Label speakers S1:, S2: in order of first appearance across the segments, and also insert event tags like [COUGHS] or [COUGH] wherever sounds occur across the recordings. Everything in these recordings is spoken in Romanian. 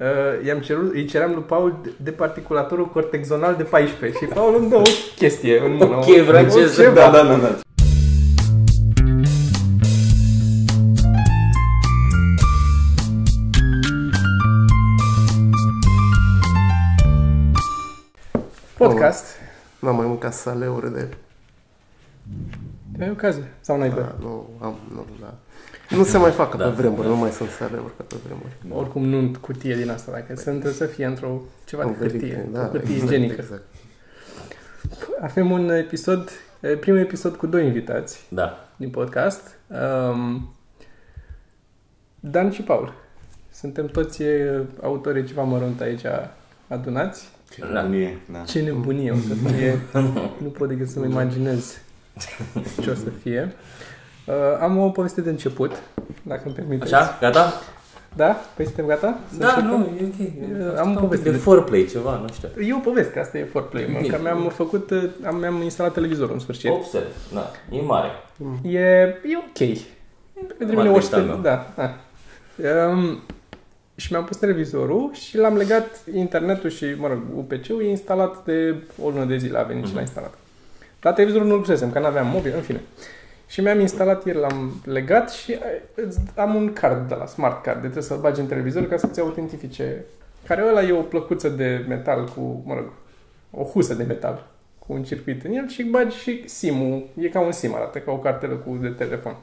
S1: uh, i-am cerut, îi ceream lui Paul de- departiculatorul cortexonal de 14 și Paul îmi dă o chestie în mână.
S2: Ok, franceză.
S1: ceva.
S3: Da, da, da, da.
S1: Podcast.
S4: N-am mai mâncat saleuri de...
S1: Ai ocazie. Sau n-ai bă.
S4: Da, nu, am, nu, da. Nu se mai fac ca pe vremuri, nu mai sunt saleuri ca pe vremuri.
S1: Oricum nu în cutie din asta, dacă sunt, trebuie să fie într-o ceva de
S4: Am gătit,
S1: hârtie,
S4: da,
S1: o cutie
S4: exact,
S1: igienică.
S4: Exact.
S1: Avem un episod, eh, primul episod cu doi invitați
S2: Da.
S1: din podcast, um, Dan și Paul. Suntem toți eh, autorii ceva mărunt aici adunați.
S3: Ce
S2: Da.
S3: nebunie, da.
S1: Ce nebunie o să fie, nu pot decât să-mi imaginez ce o să fie. Uh, am o poveste de început, dacă îmi permiteți.
S2: Așa? Gata?
S1: Da? Păi suntem gata? Să
S2: Da,
S1: începem?
S2: nu, e ok.
S1: Am
S2: Am
S1: o
S2: un pic
S1: poveste
S2: de
S1: de-
S2: foreplay, ceva, nu știu.
S1: E o poveste, asta e foreplay. mă, Că mi-am făcut, uh, am, mi-am instalat televizorul în sfârșit.
S2: Observ, da, e mare.
S1: E, e ok. Pentru
S2: Mai
S1: mine
S2: decât
S1: orice...
S2: al meu.
S1: Da, da. Um, și mi-am pus televizorul și l-am legat internetul și, mă rog, UPC-ul e instalat de o lună de zile, a venit mm-hmm. și l-a instalat. Dar televizorul nu-l pusesem, că n-aveam mobil, în fine. Și mi-am instalat ieri, l-am legat și ai- îți- am un card de la smart card, de trebuie să-l bagi în televizor ca să-ți autentifice. Care ăla e o plăcuță de metal cu, mă rog, o husă de metal cu un circuit în el și bagi și SIM-ul. E ca un SIM, arată ca o cartelă cu de telefon.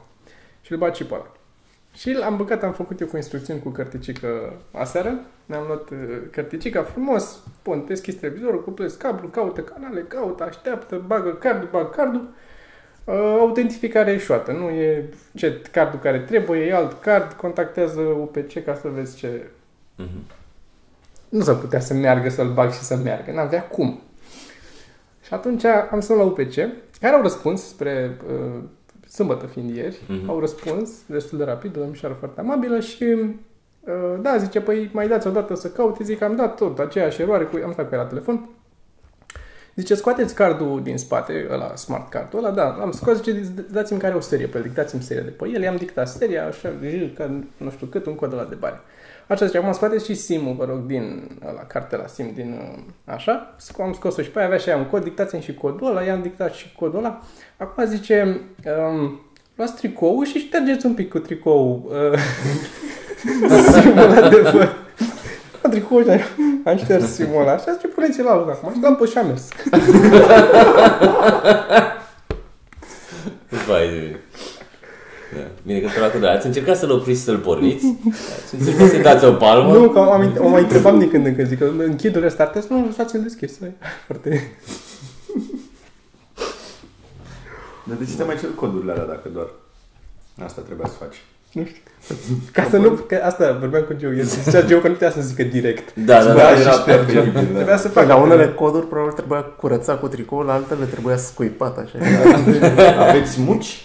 S1: Și îl bagi și pe ăla. Și l-am băgat, am făcut eu cu instrucțiuni cu cărticică aseară. Ne-am luat uh, cărticica frumos, pun, deschis televizorul, cuplez cablu, caută canale, caută, așteaptă, bagă cardul, bagă cardul. Uh, autentificare eșuată, nu e ce cardul care trebuie, e alt card, contactează UPC ca să vezi ce...
S2: Mhm.
S1: Nu s-ar putea să meargă, să-l bag și să meargă, n-avea cum. Și atunci am sunat la UPC, care au răspuns spre uh, sâmbătă fiind ieri,
S2: Mhm.
S1: au răspuns destul de rapid, o domnișoară foarte amabilă și uh, da, zice, păi mai dați o dată să caute, zic, am dat tot aceeași eroare, cu, am stat cu ea la telefon. Zice, scoateți cardul din spate, ăla, smart cardul ăla, da, am scos, zice, dați-mi care o serie pe el, dictați-mi seria de pe el, i-am dictat seria, așa, j, ca nu știu cât, un cod ăla de bani. Așa zice, acum scoateți și SIM-ul, vă rog, din la cartela SIM, din uh, așa. Sc- Am scos-o și pe aia, avea și aia un cod, dictați-mi și codul ăla, i-am dictat și codul ăla. Acum zice, um, luați tricoul și ștergeți un pic cu tricoul uh, [LAUGHS] SIM-ul ăla de vă. Am tricoul și am- am șters SIM-ul ăla. Și zice, puneți-l la loc acum. Și l-am pus și am mers.
S2: Vai de mine. Da. Bine că s-a da. Ați încercat să-l opriți și să-l porniți? Ați încercat să-i dați o palmă?
S1: Nu, că am, o mai întrebam din când în când, zic că închid restartez, nu, lăsați-l deschis. Foarte...
S3: Dar de ce te mai cer codurile alea dacă doar asta trebuia să faci?
S1: Nu știu. Ca să nu, că asta vorbeam cu Geo, el zicea Geo că nu putea să zică direct.
S2: Da, da, da.
S3: și
S1: și șterge.
S3: perfect, da.
S1: Păi, Trebuia să
S4: Da,
S1: facă.
S4: la unele coduri probabil trebuia curățat cu tricou, la altele trebuia scuipat așa.
S1: Da,
S3: [LAUGHS] Aveți muci?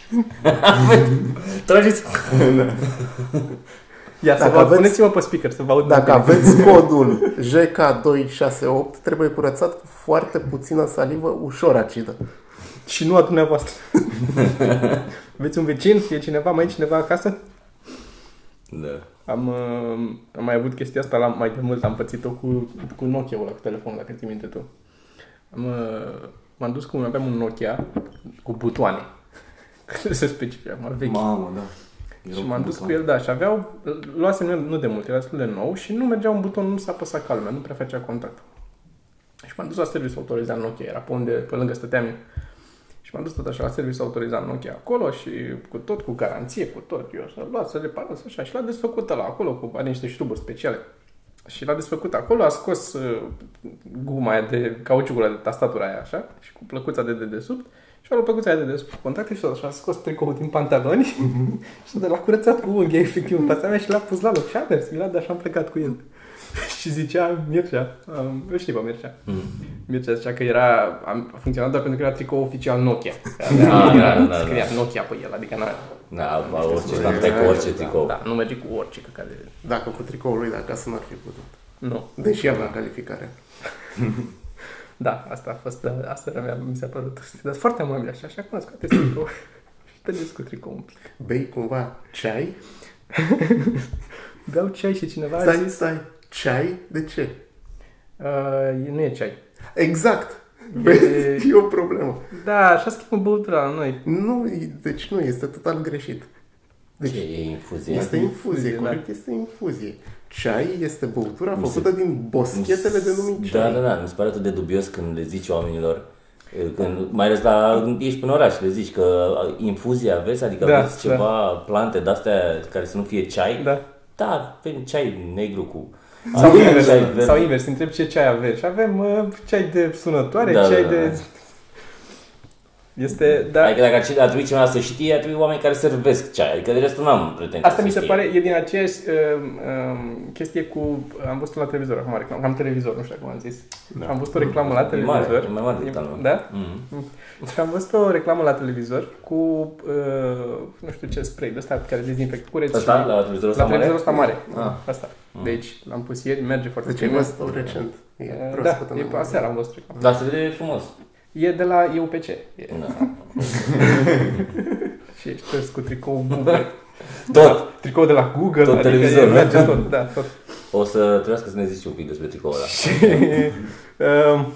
S2: Trageți.
S1: Ia să
S4: Dacă
S1: vă,
S4: aveți-
S1: puneți-mă pe speaker să vă aud.
S4: Dacă
S1: mai
S4: aveți codul JK268, trebuie curățat cu foarte puțină salivă ușor acidă.
S1: bine. Și nu a dumneavoastră. [LAUGHS] Aveți un vecin? E cineva? Mai e cineva acasă?
S2: Da.
S1: Am, uh, am mai avut chestia asta la, mai de mult, am pățit-o cu, cu Nokia-ul ăla, cu telefonul, dacă ții minte tu. Am, uh, m-am dus cu un, aveam un Nokia cu butoane. [LAUGHS] Că se specifică, acum vechi.
S3: Mamă, da.
S1: Și m-am dus cu el, da, și aveau, luasem eu nu de mult, era destul de nou și nu mergea un buton, nu s-a păsat ca lumea, nu prea făcea contact. Și m-am dus la serviciu autorizat Nokia, era pe unde, pe lângă stăteam eu. Și m-am dus tot așa la serviciu autorizat Nokia acolo și cu tot, cu garanție, cu tot, eu să luat, să reparat, să așa. Și l-a desfăcut la acolo, cu are niște șuruburi speciale. Și l-a desfăcut acolo, a scos uh, guma aia de cauciucul ăla de tastatura aia așa și cu plăcuța de dedesubt și a luat plăcuța aia de dedesubt cu contacte și tot așa a scos tricoul din pantaloni
S2: Mhm.
S1: [LAUGHS] și de l-a curățat cu unghia efectiv în fața mea și l-a pus la loc și a mers, mi l-a dat și am plecat cu el. [LAUGHS] și zicea Mircea, um, eu știi pe Mircea,
S2: Mhm.
S1: Mircea zicea că era, a funcționat doar pentru că era tricou oficial
S2: [LAUGHS]
S1: Nokia.
S2: Da, da, da,
S1: Scria Nokia pe el, adică n-a,
S2: Da, ba, orice, n-am tăiat cu orice tricou.
S1: da, nu merge cu orice căcat de...
S4: Dacă cu tricoul lui de acasă n-ar fi putut.
S1: Nu.
S4: Deși avea calificare.
S1: Da, asta a fost, asta era, mi s-a părut. Dar foarte amabil așa, așa cum scoate
S2: [COUGHS]
S1: tricou. și tăgeți cu tricou un pic.
S4: Bei cumva ceai?
S1: Beau ceai și cineva a
S4: Stai,
S1: zis,
S4: stai. Ceai? De ce?
S1: Uh, nu e ceai.
S4: Exact! Vezi, e o problemă.
S1: Da, așa schimbă băutura la noi.
S4: Nu, e- deci nu, este total greșit.
S2: Ce e infuzie?
S4: Este infuzie,
S1: da.
S4: corect, este infuzie. Ceai este băutura făcută din boschetele de numit
S2: Da,
S4: ceai.
S2: da, da, mi se pare atât de dubios când le zici oamenilor, eh, când, mai ales la, ești prin oraș, le zici că a, infuzie aveți, adică
S1: Da,
S2: aveți
S1: da.
S2: ceva plante de-astea care să nu fie ceai.
S1: Da.
S2: Da, avem ceai negru cu...
S1: Sau
S2: avem
S1: invers, da.
S2: ceai verde.
S1: sau invers, întreb ce ceai aveți. Și avem uh, ceai de sunătoare,
S2: Da, da,
S1: ceai
S2: da,
S1: de...
S2: da.
S1: Este, da,
S2: Adică dacă ar, ar trebui cineva să știe, ar trebui oameni care servesc ceai. Adică de restul n-am pretenții
S1: Asta
S2: să
S1: mi se
S2: știe.
S1: pare, e din aceeași um, um, chestie cu... Am văzut la televizor acum, reclamă, am televizor, nu știu cum am zis. Da. Am văzut o reclamă la
S2: E mare,
S1: televizor.
S2: e mai mare decât al meu.
S1: da?
S2: Mhm.
S1: Și am văzut o reclamă la televizor cu, uh, nu știu ce spray de ăsta care dezinfect cureți.
S2: Asta,
S1: și-
S2: la televizorul
S1: Deci, la
S2: ăsta mare?
S1: televizorul ăsta mare.
S2: Ah.
S1: Asta. Deci l-am pus ieri, merge foarte
S4: Deci ai
S1: bine.
S4: văzut recent. E
S1: Uh, Da,
S4: proaspătă
S1: e
S4: nouă.
S1: pe aseară am văzut reclamă.
S2: Dar Da, se vede frumos.
S1: E de la EUPC. E.
S2: Da.
S1: Și ești tors cu tricou
S2: [LAUGHS]
S1: Google.
S2: Tot.
S1: Tricou de la Google. adică
S2: Tot televizor,
S1: e-
S2: da?
S1: merge tot, da, tot.
S2: O să trebuiască să ne zici un pic despre tricoul ăla.
S1: Um,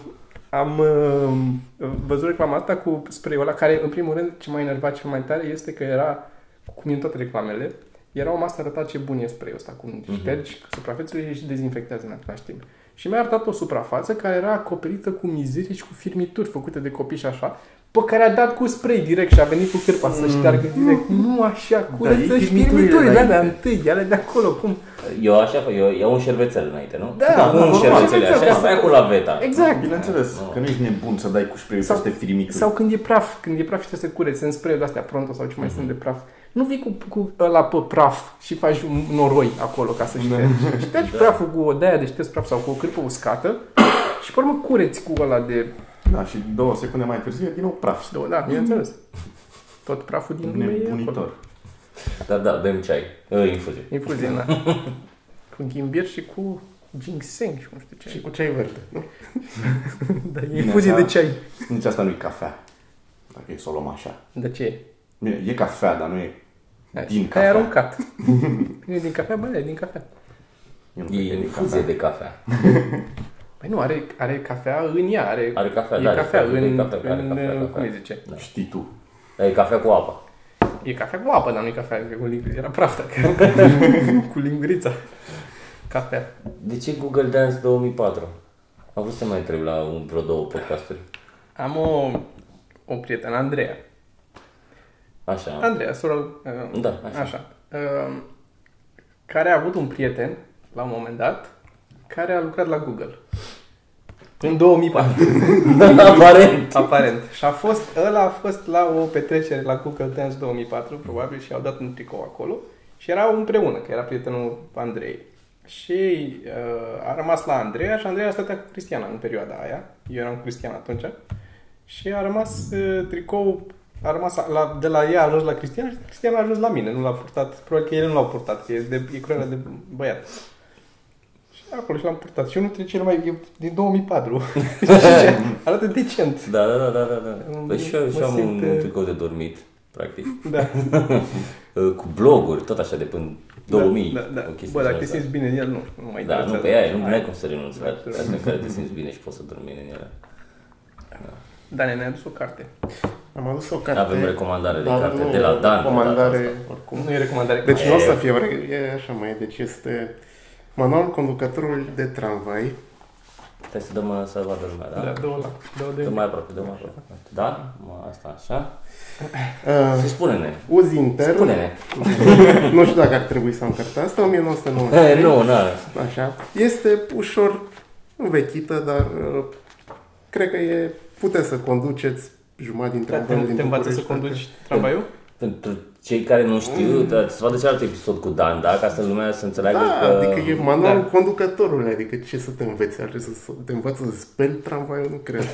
S1: am um, văzut reclama asta cu spray ăla, care, în primul rând, ce m-a enervat cel mai tare este că era, cum e în toate reclamele, era o masă arăta ce bun e spray-ul ăsta, cum mm-hmm. ștergi suprafețele și dezinfectează în același timp. Și mi-a arătat o suprafață care era acoperită cu mizerii și cu firmituri făcute de copii și așa, pe care a dat cu spray direct și a venit cu cârpa să șteargă direct. Nu așa, curăță
S4: ei
S1: și
S4: firmiturile
S1: firmiturile
S4: înainte.
S1: alea întâi, alea de acolo, cum?
S2: Eu așa fac, eu iau un șervețel înainte, nu?
S1: Da,
S2: da
S1: normal.
S2: un șervețel,
S1: Șervețel,
S2: așa,
S1: ca să-
S2: stai cu laveta.
S1: Exact.
S3: Bineînțeles, că nu ești nebun să dai cu spray
S1: Sau-
S3: peste firmicuri.
S1: Sau când e praf, când e praf și trebuie să cureți în spray de astea pronto sau ce mai sunt de praf. Nu vii cu, cu ăla pe praf și faci un noroi acolo ca să ștergi. Ștergi praful cu o de-aia de șters praf sau cu o cârpă uscată și pe urmă cureți cu ăla de...
S3: Da, și două secunde mai târziu e din nou praf.
S1: de da, bineînțeles. Tot praful din lume e acolo.
S3: Nebunitor.
S2: Dar da, bem ceai, uh, infuzie.
S1: Infuzie, da. Cu ghimbir și cu ginseng și nu știu ce.
S4: Și cu ceai verde, nu?
S1: Da, e infuzie
S3: asta-
S1: de ceai.
S3: Nici asta nu e cafea. Dacă e să o luăm așa.
S1: De ce e?
S3: Bine, e cafea, dar nu e...
S1: Hai,
S3: Din
S1: ai [LAUGHS]
S3: cafea.
S1: aruncat. E din cafea, bă, e din cafea.
S3: Eu nu
S2: E
S3: cred că din
S2: infuzie de cafea.
S1: Păi nu, are, are cafea în ea, are,
S2: Are cafea,
S1: e
S2: da,
S1: cafea,
S2: are
S1: în,
S2: cafea, are
S1: în,
S2: cafea, cafea.
S1: cum îi zice?
S3: cafea. Știi tu.
S2: E cafea cu apă.
S1: E cafea cu apă, dar nu e cafea că cu lingurița, era praf, dacă-
S2: [LAUGHS]
S1: cu lingurița. Cafea.
S2: De ce Google Dance 2004? Am vrut să mai întreb la un vreo două podcasturi.
S1: Am o, o prietenă, Andreea.
S2: Așa. [LAUGHS]
S1: Andreea, sora... uh,
S2: Da, așa.
S1: așa uh, care a avut un prieten, la un moment dat, care a lucrat la Google. În 2004. [LAUGHS]
S2: Aparent.
S1: Aparent. Și a fost, ăla a fost la o petrecere la Google Dance 2004, probabil, și au dat un tricou acolo. Și erau împreună, că era prietenul Andrei. Și uh, a rămas la Andreea și Andreea stătea cu Cristiana în perioada aia. Eu eram cu Cristiana atunci. Și a rămas uh, tricou a rămas la, de la ea a ajuns la Cristiana și Cristiana a ajuns la mine. Nu l-a purtat. Probabil că el nu l-au purtat, că e, de, e cruelă de băiat. Și acolo și l-am purtat. Și unul dintre cele mai... e din 2004. Arată decent.
S2: Da, da, da, da, da, da.
S1: Mă-
S2: Păi și eu, și
S1: mă
S2: eu am
S1: simt,
S2: un, un
S1: eh,
S2: tricou de dormit, practic.
S1: Da,
S2: Uh, Cu bloguri, tot așa, de până 2000.
S1: da, da.
S2: o chestie
S1: Bă, dacă
S2: așa,
S1: te
S2: da.
S1: simți bine în el, nu, nu mai
S2: Da, nu,
S1: interesează.
S2: pe ea, nu ai cum să renunți la
S1: Absolut.
S2: astea în care te simți bine și poți să dormi în ele.
S1: Da, ne-a adus o carte.
S4: Am adus o carte.
S2: Avem recomandare de
S4: dar
S2: carte
S4: nu
S2: de la Dan.
S4: Recomandare,
S1: Cum
S4: oricum.
S1: Da, nu e recomandare
S4: Deci
S1: ca-
S4: nu o să fie, o re- e așa mai, deci este manualul conducătorului de tramvai.
S2: Trebuie să dăm uh, să vadă lumea, da?
S1: Da, două la, două
S2: Dă
S1: de...
S2: mai aproape, dă mai aproape. Da? Mă, Asta așa.
S4: Uh,
S2: Și spune-ne.
S4: uzi intern.
S2: Spune-ne. [LAUGHS]
S4: Nu știu dacă ar trebui să am cartea asta, 1990.
S2: Eh, Nu, nu.
S4: Așa. Este ușor învechită, dar uh, cred că e, puteți să conduceți jumătate din
S1: Da,
S4: tramvaiul
S1: te,
S4: din
S1: te învață să
S4: București, adică-
S1: conduci
S4: Da.
S1: tramvaiul?
S2: Pentru cei care nu știu, da, să vadă celălalt episod cu Dan, da? Ca să lumea să înțeleagă
S4: Da,
S2: că...
S4: adică e manualul
S1: da.
S4: da. conducătorului, adică ce să te înveți, ar trebui să, să te învață să speli tramvaiul, nu cred.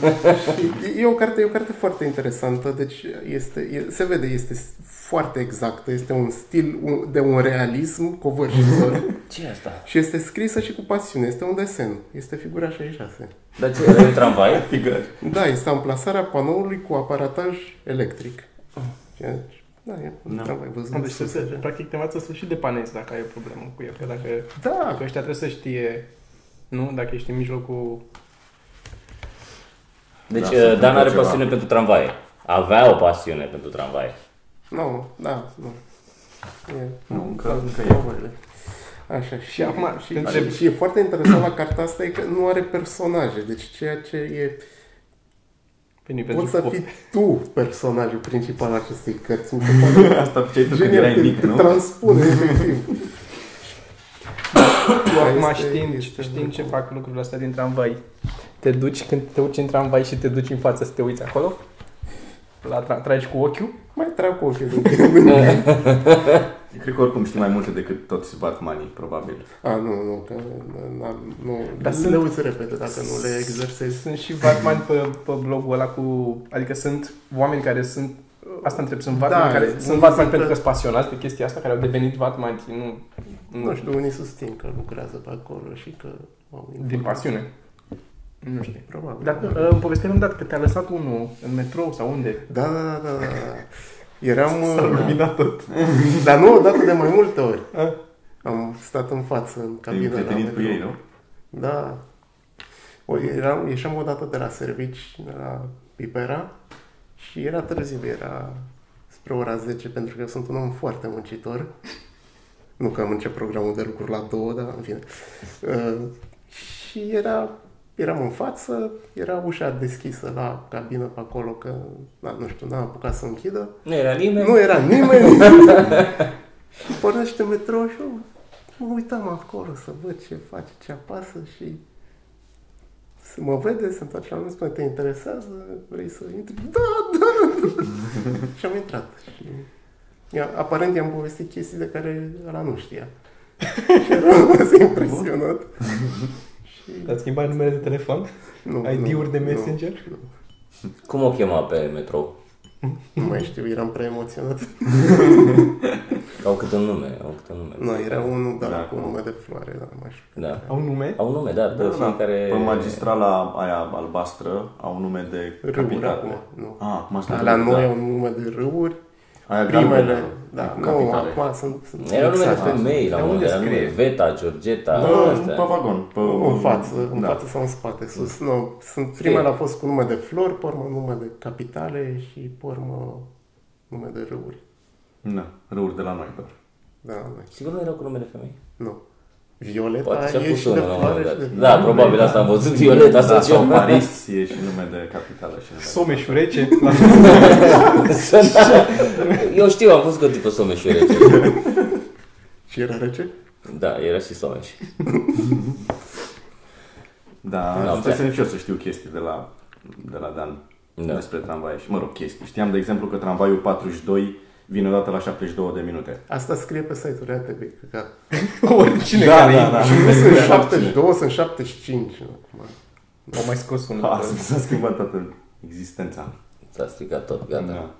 S4: și e o carte, e o carte foarte interesantă, deci este, e, se vede, este foarte exactă, este un stil un- de un realism covârșitor
S2: ce e asta?
S4: și este scrisă și cu pasiune, este un desen, este figura 66.
S2: Dar ce? Era un tramvai?
S3: Figări.
S4: Da, este amplasarea panoului cu aparataj electric. Deci, Da, e un
S3: Da.
S4: tramvai văzut.
S1: Deci,
S4: de sus.
S1: să, practic, te învață să și depanezi dacă ai o problemă cu el. Că dacă,
S4: Da,
S1: dacă ăștia trebuie să știe, nu? Dacă ești în mijlocul...
S2: Deci
S3: Da, se
S2: da, Dan are
S3: întâmplă
S2: pasiune
S3: ceva.
S2: pentru tramvaie. Avea o pasiune pentru tramvaie.
S4: nu, da, nu. E,
S3: Nu, încă, încă
S4: da,
S3: e.
S4: voile. Așa, și,
S1: Și acum,
S4: și,
S1: te întreb.
S4: și, și e foarte interesant la cartea asta e că nu are personaje, deci ceea ce e
S1: Veni pentru
S4: Poți să
S1: pop.
S4: fii tu personajul principal al acestei cărți. Mi se pare
S3: Asta făceai tu când
S4: genial,
S3: erai
S4: te-
S3: mic,
S4: te
S3: nu?
S4: transpune, efectiv.
S1: Tu acum
S4: da, Este-
S1: știind,
S4: este
S1: știind ce fac lucrurile astea din tramvai, te duci când te urci în tramvai și te duci în față să te uiți acolo? La tra- tragi cu ochiul?
S4: Mai trag cu ochiul din când în când.
S3: Cred că oricum știi mai multe decât toți Batmanii, probabil.
S4: A, nu, nu, că n-am- nu,
S1: Dar
S4: le
S1: sunt-
S4: uiți repede dacă nu le exersezi.
S1: Sunt și Batman pe, pe blogul ăla cu... Adică sunt oameni care sunt... Asta întreb, sunt Batman,
S4: Da,
S1: care,
S4: unii
S1: sunt Batman
S4: sunt
S1: pentru
S4: pe-
S1: că sunt pasionați de chestia asta, care au devenit Batman și nu,
S4: Nu știu, unii susțin că lucrează pe acolo și că au
S1: din pasiune. Nu știu.
S4: Probabil.
S1: Dar uh, îmi povestea un dat că te-a lăsat unul în metrou sau unde?
S4: Da, da, da, da, da. Eram...
S3: S-a
S4: uh,
S3: luminat tot.
S4: Dar nu odată de mai multe ori.
S1: A?
S4: Am stat în față, în
S3: Te-ai
S4: cabină. la
S3: prietenit cu
S4: metro.
S3: ei, nu?
S4: Da. O, eram, ieșeam odată de la servici, de la Pipera, și era târziu, era spre ora 10, pentru că sunt un om foarte muncitor. Nu că am început programul de lucru la 2, dar în fine. Uh, și era, eram în față, era ușa deschisă la cabină pe acolo, că na, nu știu, n-am apucat să închidă.
S2: Nu era nimeni.
S4: Nu era
S1: [LAUGHS]
S4: nimeni. și pornește metrou și eu mă uitam acolo să văd ce face, ce apasă și se mă vede, se întoarce la mine, spune, te interesează, vrei să intri? Da, da!
S1: [LAUGHS]
S4: și am intrat. Și... Ia, aparent i-am povestit chestii de care ăla nu știa.
S1: [LAUGHS]
S4: și eram rămas impresionat. și...
S1: Te-a schimbat numele de telefon?
S4: Nu,
S1: ID-uri de
S4: nu,
S1: messenger?
S2: Cum o chema pe metrou?
S4: Nu, nu mai știu, eram prea emoționat.
S2: Au câte un nume, au câte un nume.
S4: Nu, era unul, da,
S3: Da,
S4: cu
S3: cum?
S4: nume de floare, dar nu mai știu.
S2: Da.
S1: Au nume?
S2: Au nume, da, pe
S3: Da, da.
S2: fiecare...
S3: Pe magistrala aia albastră au nume de
S4: Râuri
S1: da.
S4: acum,
S3: capitale.
S4: nu.
S3: Ah, cum
S4: Da,
S3: asta
S4: la noi au nume de râuri,
S3: Aia
S4: primele,
S3: galbenă,
S4: da,
S3: cu
S4: nu,
S3: capitale.
S4: acum sunt, sunt
S2: Era nume de
S4: mixate.
S2: femei, la
S1: De
S2: unde
S1: unde
S2: era nume
S1: scrie?
S2: Veta, Georgeta,
S3: Da,
S2: astea.
S3: pe vagon. Pe
S4: în față, în
S3: da.
S4: față sau în spate, sus, nu, sunt, primele au fost cu nume de flori, pe urmă nume de capitale și pe urmă nume de râuri,
S3: Da, râuri de la noi doar.
S4: da, la noi.
S2: Sigur nu erau cu nume de femei?
S4: nu. Violeta
S2: Poate și-a
S4: Da, e
S2: pus
S4: și de
S2: unul la un
S4: floare
S2: moment
S4: și de
S2: dat. Da, probabil asta am văzut Violeta
S3: Da,
S2: să
S3: sau
S2: ceva. [LAUGHS]
S3: Paris e și nume de capitală. Și nume de-
S1: Someșurece? La...
S2: da." Eu știu, am fost cu tipul Someș și rece.
S4: Și era rece?
S2: Da, era și Someș.
S3: Da,
S2: Da,
S3: ajunge
S2: ok.
S3: să și eu să știu chestii de la, de la Dan
S2: Da.
S3: despre tramvaie și, mă rog, chestii. Știam, de exemplu, că tramvaiul 42 vine odată la 72 de minute.
S4: Asta scrie pe site-ul ATB, că gata.
S1: Oricine
S3: Da,
S1: care
S3: da,
S1: e.
S3: [LAUGHS] da.
S4: Și nu sunt 72, sunt 75 acum.
S1: Au mai scos unul.
S3: A, Ah, s-a schimbat toată existența.
S2: S-a stricat tot,
S4: [LAUGHS]
S2: gata.
S3: Da.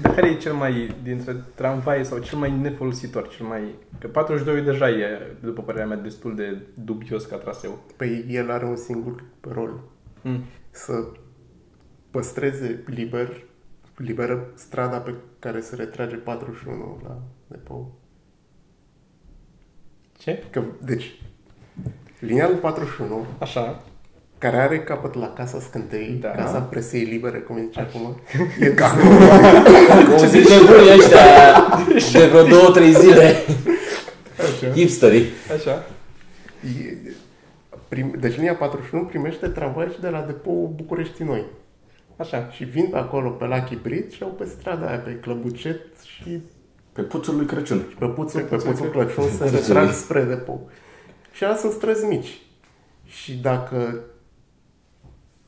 S1: Dar care e cel mai, dintre tramvaie sau cel mai nefolositor, cel mai... Că 42 deja e, după părerea mea, destul de dubios ca traseu.
S4: Păi el are un singur rol.
S1: Mm.
S4: Să păstreze liber, liberă strada pe care se retrage 41 la depou.
S1: Ce?
S4: Că, deci, linia lui 41,
S1: Așa.
S4: care are capăt la Casa Scântei,
S1: Da.
S4: da. Casa Presei Libere, cum
S1: [LAUGHS]
S4: zice acum, e
S2: Cum zic nebunii ăștia
S4: [LAUGHS]
S2: de vreo două, trei zile. Hipsterii.
S1: Așa.
S4: [LAUGHS] E- prim, deci linia 41 primește tramvai și de la depou București Noi.
S1: Așa.
S4: Și vin pe acolo pe la Chibrit și au pe strada aia, pe Clăbucet și
S3: Pe puțul lui Crăciun.
S4: pe puțul, pe puțul Crăciun se retrag spre depou. Și alea sunt străzi mici. Și dacă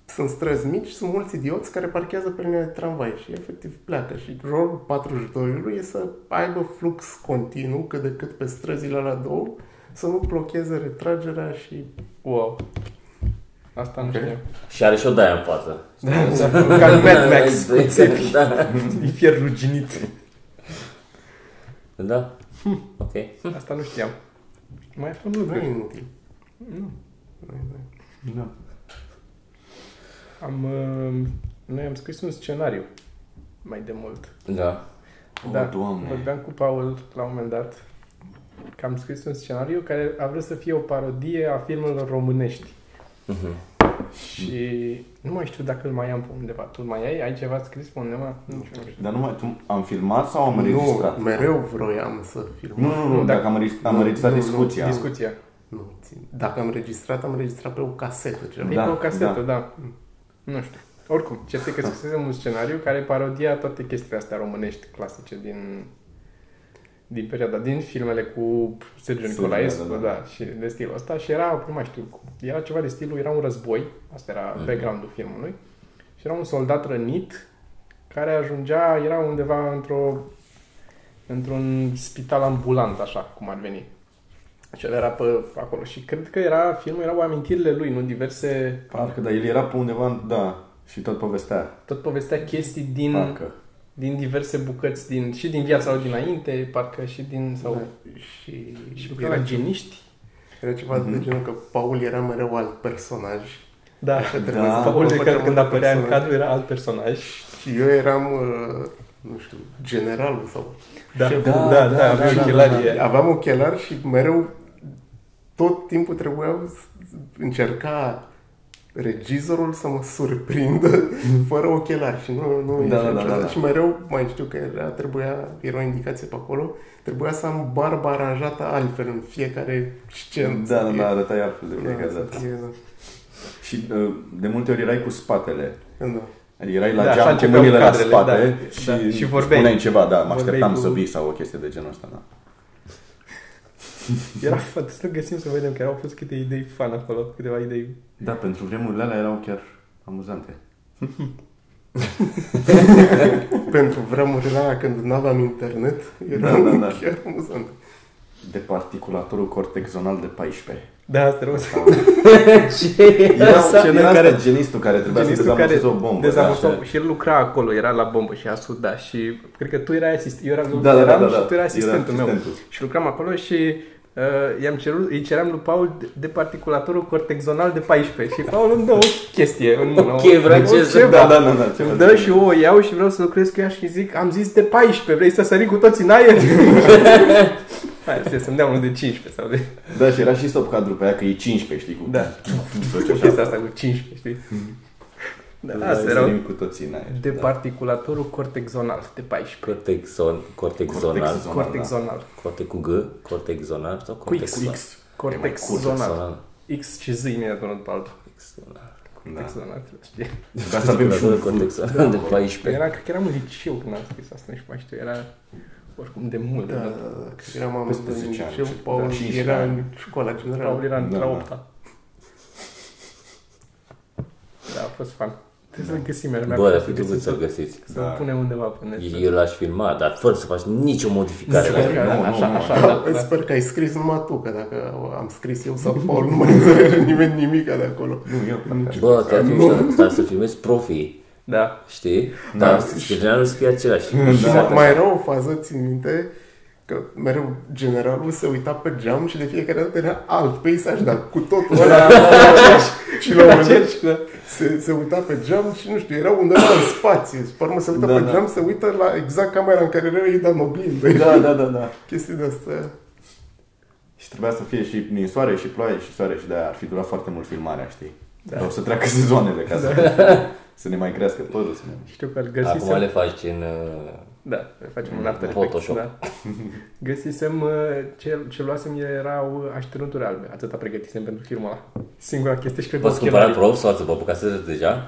S4: sunt străzi mici, sunt mulți idioți care parchează pe linia de tramvai și efectiv pleacă. Și rolul 42-ului e să aibă flux continuu cât de cât pe străzile la două, să nu blocheze retragerea și
S1: Wow. Asta nu
S4: Ok.
S1: știam.
S2: Și are și o daia în față.
S1: Ca în Mad Max.
S2: Da.
S1: E fier ruginit.
S2: Da. Ok.
S1: Asta nu știam. Mai aflăm
S4: nu e
S1: lucruri.
S4: inutil.
S1: Nu.
S3: Da.
S1: Am, uh, noi am scris un scenariu mai de mult.
S2: Da.
S1: Da,
S3: Oh, Doamne.
S1: vorbeam cu Paul la un moment dat că am scris un scenariu care a vrut să fie o parodie a filmelor românești.
S3: Mhm.
S1: Și nu mai știu dacă îl mai am pe undeva. Tu îl mai ai? Ai ceva scris pe undeva? Nu știu. nu știu.
S3: Dar nu mai, tu, am filmat sau am
S4: Nu,
S3: înregistrat?
S4: mereu vroiam să
S3: Nu,
S4: filmăm.
S3: nu, nu, dacă am înregistrat, am
S4: nu,
S3: înregistrat
S4: nu, nu,
S3: discuția.
S1: Discuția.
S4: Nu, țin. Dacă am registrat, am registrat pe o casetă ceva.
S1: Da, e
S3: Da, Da.
S1: pe o casetă, da. da. Nu știu. Oricum, cert e că scrisesem un scenariu care parodia toate chestiile astea românești clasice din, din perioada, din filmele cu Sergiu
S3: Sergiu,
S1: Nicolaescu,
S3: da,
S1: da,
S3: da.
S1: da. și de stilul ăsta. Și era, nu mai știu, cum, era ceva de stilul, era un război, asta era background-ul filmului, și era un soldat rănit care ajungea, era undeva într-o într-un spital ambulant, așa cum ar veni. Și el era pe acolo. Și cred că era, filmul erau amintirile lui, nu diverse...
S3: Parcă, dar el era pe undeva, în- da, și tot povestea.
S1: Tot povestea chestii din,
S3: Parcă.
S1: din diverse bucăți, din, și din viața lui dinainte, parcă și din... Sau, da.
S4: Și,
S1: Și
S4: și
S1: că la
S4: era,
S1: geniști.
S4: era ceva de genul că Paul era mereu alt personaj.
S1: Da,
S4: trebuia să
S1: Paul de
S4: facă
S1: care când
S4: un
S1: apărea în
S4: personaj.
S1: cadru era alt personaj.
S4: Și eu eram, uh, nu știu, generalul sau...
S1: Da,
S4: șeful.
S1: da, da, da, avea da, ochelarie. Da,
S4: Aveam ochelar și mereu tot timpul trebuia să- încerca regizorul să mă surprindă fără ochelari și nu, nu
S3: Da,
S4: ieșea
S3: da, da,
S4: niciodată.
S3: da.
S4: și mereu mai știu că era, trebuia, era o indicație pe acolo, trebuia să am barba aranjată altfel în fiecare scenă.
S3: Da, da,
S4: Să fie-
S3: da, arătai altfel de
S4: da,
S3: fiecare
S4: să
S3: dată.
S4: fie, da,
S3: exact. Și uh, de multe ori erai cu spatele.
S4: da.
S3: Adică erai la
S1: Da, așa
S3: geam cu
S1: începeau
S3: mâinile la
S1: cadrele,
S3: spate
S1: da.
S3: și,
S1: Da, și vorbeai.
S3: spuneai ceva, da, mă
S1: Vorbeai
S3: așteptam
S1: cu-
S3: să vii sau o chestie de genul ăsta, da.
S1: Era fă, să găsim să vedem că au fost câte idei fan acolo, câteva idei.
S3: Da, pentru vremurile alea erau chiar amuzante.
S4: Pentru vremurile alea când nu aveam internet, era
S3: Da, da, da.
S4: [LAUGHS] chiar amuzant.
S3: De particulatorul cortexonal de 14.
S1: Da, asta era un [LAUGHS]
S2: Ce?
S3: Era
S1: Asta-
S3: scena
S1: Da, era
S3: în care
S1: asta.
S3: genistul care trebuia să
S1: Genistul
S3: dezamorseze o bombă.
S1: dezamorsa-
S3: da, așa.
S1: și el lucra acolo, era la bombă și a sudat și cred că tu erai asistent, eu eram,
S3: Da, da,
S1: eram
S3: da, da,
S1: și tu
S3: da.
S1: erai asistentul
S3: Era
S1: meu.
S3: asistentul.
S1: Și lucram acolo și uh, i-am cerut, îi ceream lui Paul de- de particulatorul cortexonal de 14 și Paul îmi dă o chestie în mână.
S2: Ok,
S1: o-
S2: vreau
S1: o
S2: ce să-
S1: ceva.
S3: Da, da, da, da.
S1: Îmi
S3: ceva
S1: dă
S3: de-
S1: și eu o iau și vreau să lucrez cu ea și zic, am zis de 14, vrei să sărim cu toții în aer? Hai, să să-mi dea unul de 15 sau de...
S3: Da, și era și stop cadru pe aia că e 15, știi? Cu...
S1: Da. [LAUGHS]
S3: Tot
S1: Ce chestia asta cu 15, știi? Da, asta era
S3: cu toții da. în aer.
S1: de particulatorul cortexonal de 14.
S2: Cortexon, cortexonal,
S3: Cortexonal.
S1: Cortexonal.
S2: corte cu G, cortexonal sau
S1: Cu X.
S2: cortexonal?
S1: Cortexonal. X și Z imediat unul pe altul.
S2: Cortexonal.
S3: Da.
S1: Cortexonal, trebuie să știi.
S3: Ca să avem și un flut.
S2: cortexonal de 14.
S1: Era, cred că eram în liceu când am scris asta, nu știu, mai știu, era oricum de mult.
S4: Da, da,
S1: Da.
S4: da. Când eram
S3: Peste
S4: amândoi în
S3: 10 ani,
S4: liceu,
S3: ce- da,
S4: Paul
S3: 15
S4: era
S3: ani.
S4: în școala
S1: Paul
S4: generală.
S1: era da,
S3: Da,
S1: la
S3: da.
S1: 8 da. da, a fost fan. Trebuie să-l găsim, era
S2: Bă, dar fi trebuit să-l găsiți.
S1: Să-l
S3: Da.
S1: punem undeva pe net.
S2: Eu l-aș filma, dar fără să faci nicio modificare.
S1: Nici
S2: la-
S1: modificare.
S3: Nu, nu,
S1: Așa,
S3: nu.
S1: așa, da.
S4: Îți Sper că ai scris numai tu, că dacă am scris eu sau Paul, nu mai înțelege nimeni nimic de
S3: [LAUGHS]
S4: acolo.
S3: Nu, eu parcă așa.
S2: Bă, te-ar fi mișto, dar să filmezi profii,
S1: Da.
S2: știi? Dar generalul să fie același.
S4: Și mai- mai era o fază, țin minte, că mereu generalul se uita pe geam și de fiecare dată era alt peisaj, dar cu totul ăla. [LAUGHS] și la un moment dat
S1: Cerci, da.
S4: se, se uita pe geam și nu știu, era undeva în spație. Pe urmă se uită
S3: Da,
S4: pe
S3: da.
S4: geam, se uită la exact camera în care era ei, dar în oglindă.
S3: Da, da, da, da.
S4: [LAUGHS] Chestii de astea.
S3: Și trebuia să fie și ninsoare, și ploaie, și soare, și de ar fi durat foarte mult filmarea, știi? Da. Dar o să treacă sezoanele
S1: [LAUGHS]
S3: ca să, să ne mai crească părul, să ne...
S1: Știu că îl
S2: Acum
S1: găsisem.
S2: le faci în... uh,
S1: Da, facem un after
S2: Photoshop.
S1: Effects, da. [LAUGHS] Găsisem, uh, ce, ce luasem erau așternuturi albe. Atâta pregătisem pentru filmul ăla. Singura chestie și cred că
S2: V-ați cumpărat prof sau ați vă apucat deja? [LAUGHS]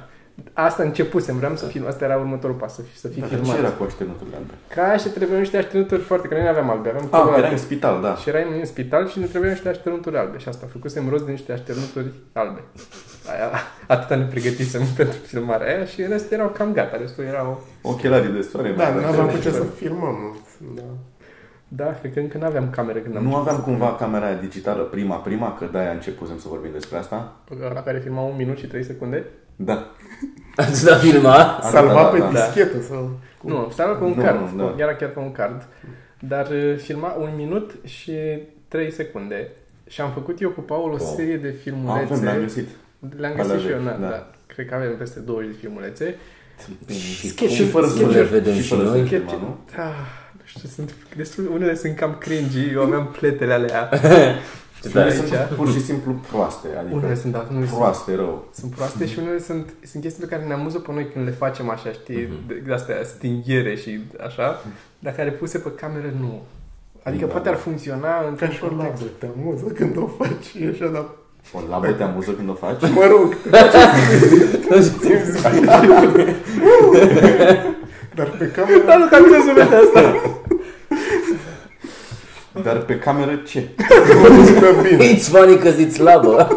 S1: Asta începusem, vreau să film, asta era următorul pas, să, fi- să fii
S3: Dar
S1: filmat.
S3: Da, ce era cu așternutul albe?
S1: Ca și trebuiau niște așternuturi foarte, că noi nu aveam albe, aveam
S3: Ah,
S1: colorate.
S3: că era în spital, da.
S1: Și erai în spital și ne trebuiau niște așternuturi albe și asta, făcusem rost de niște așternuturi albe. Aia, atâta ne pregătisem [LAUGHS] pentru filmarea aia și în rest erau cam gata, restul erau...
S3: Ochelarii de soare.
S4: Da,
S3: mai
S4: nu aveam
S3: și
S4: cu ce să
S3: soare.
S4: filmăm. Da.
S1: Da, cred că încă n-aveam cameră când am
S3: Nu aveam cumva camera aia digitală prima, prima, că de-aia începusem să vorbim despre asta?
S1: la care filmau un minut și 3 secunde.
S3: Da.
S2: Ați dat filma?
S4: Salva
S3: da,
S4: pe
S3: da.
S4: dischetă sau...
S1: Cum? Nu, stava pe un
S3: Nu,
S1: card,
S3: nu, da.
S1: era chiar pe un card, dar uh, filma un minut și 3 secunde. Și am făcut eu cu Paul o
S2: Wow.
S1: serie de filmulețe.
S3: Avem, l-am găsit.
S1: Le-am găsit
S3: Alea
S1: și eu,
S3: vechi,
S1: da,
S3: da.
S1: da. Cred că avem peste 20 de filmulețe.
S2: Și
S3: Și fără
S2: cum
S3: să
S2: le vedem
S3: și
S2: și
S3: fără să
S2: noi?
S3: filmăm, nu?
S1: Ah, știu, sunt destul, unele sunt cam cringy, eu aveam pletele alea.
S2: [LAUGHS] Ce
S3: Unele
S1: aici.
S2: tare.
S3: sunt pur și simplu proaste,
S1: Unele
S3: adică
S1: sunt, da, unele sunt,
S3: proaste rău.
S1: sunt proaste și unele sunt, sunt chestii pe care ne amuză pe noi când le facem așa, știi,
S2: Mhm.
S1: de, de astea stinghiere și așa, dar care puse pe cameră nu. Adică
S3: Da.
S1: poate ar funcționa în
S4: Ca și o labă, Exact. te amuză când o faci e așa, dar...
S3: O labă te amuză când o faci?
S4: Mă rog, te simți bine. Dar pe cameră...
S2: Da,
S1: Dar nu, [LAUGHS] ca mine se vede asta.
S3: Dar pe cameră ce?
S4: Nu zică bine.
S2: It's funny because it's labă.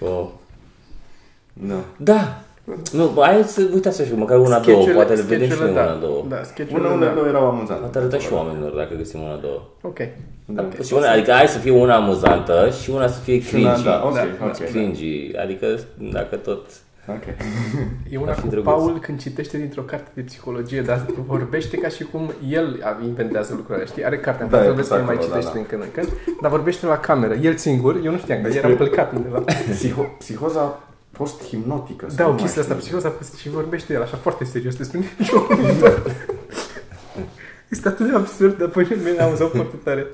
S2: Oh.
S3: Nu.
S2: Da. Nu, hai să uitați așa, măcar una, două,
S1: Sketch-urile-
S2: poate le vedem și
S1: sketch-urile,
S2: noi
S1: da.
S2: una, două.
S1: Da, sketch-urile,
S3: Unele unele
S1: da.
S3: două erau amuzante.
S2: Poate arătăm și oamenilor dacă găsim una, două.
S1: Ok.
S3: Da.
S2: Și una, adică hai să fie una amuzantă și una să fie
S3: Una,
S2: cringy.
S3: da, ok,
S1: Da,
S3: ok. da.
S2: Cringy, adică dacă tot...
S3: Ok.
S1: E una
S2: Ar fi
S1: cu
S2: drăguț.
S1: Paul când citește dintr-o carte de psihologie, dar vorbește ca și cum el inventează lucrurile, știi? Are cartea în
S3: Da,
S1: față,
S3: e
S1: vezi că
S3: tot
S1: mai
S3: acolo, da,
S1: citește
S3: da.
S1: din când în când, dar vorbește la cameră, el singur, eu nu știam că
S3: [LAUGHS] Despre-
S1: era plecat undeva.
S3: Psiho- psihoza post-hipnotică.
S1: Da,
S3: sau
S1: o
S3: cum
S1: chestie
S3: mai
S1: asta,
S3: știu.
S1: psihoza, și vorbește el așa foarte serios despre niciun viitor. [LAUGHS] Este atât de absurd, dar pe mine mi-a amuzat foarte tare.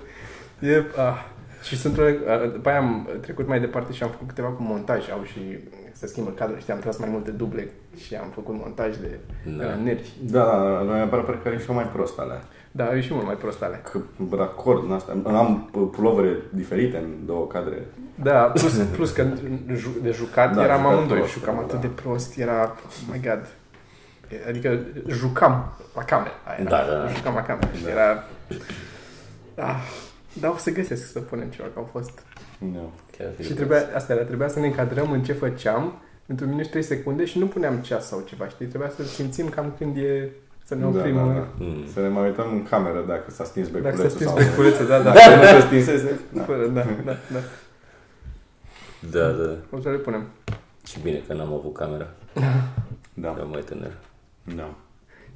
S1: E, ah. Și sunt unele, ah, după aia am trecut mai departe și am făcut câteva cu montaj, au și se schimbă cadrul, știi, am tras mai multe duble și am făcut montaj de, de la nervi.
S3: Da, da, da, mi apare că e și eu mai prost alea.
S1: Da, e și mult mai prost alea.
S3: Că racord în asta. Am uh, pulovere diferite în două cadre.
S1: Da, plus, plus că ju- de jucat da,
S3: Da,
S1: eram
S3: jucat
S1: amândoi.
S3: prost,
S1: Jucam
S3: da,
S1: atât
S3: da.
S1: de prost, era... Oh my god. E- Adică jucam la cameră. Aia era.
S2: Da, da, da.
S1: Jucam la cameră și
S3: Da.
S1: era... Ah, dar o să găsesc să punem ceva, că au fost.
S3: Nu.
S2: Chiar ar fi
S1: Și
S2: drăguț.
S1: trebuia, asta era, trebuia să ne încadrăm în ce făceam într-un minut și 3 secunde și nu puneam ceas sau ceva, știi? Trebuia să simțim cam când e să ne oprim.
S3: Da, da, da.
S2: Mm.
S3: Să ne mai uităm în cameră dacă s-a stins
S1: Dacă s-a
S3: beculețul
S1: stins
S3: sau...
S1: beculețul, da, da.
S3: Dacă nu se stinsese, da.
S1: Fără, da, da, da.
S2: Da, da.
S1: O să le punem.
S2: Și bine că n-am avut camera.
S3: Da.
S2: Eram mai tânăr.
S3: Da.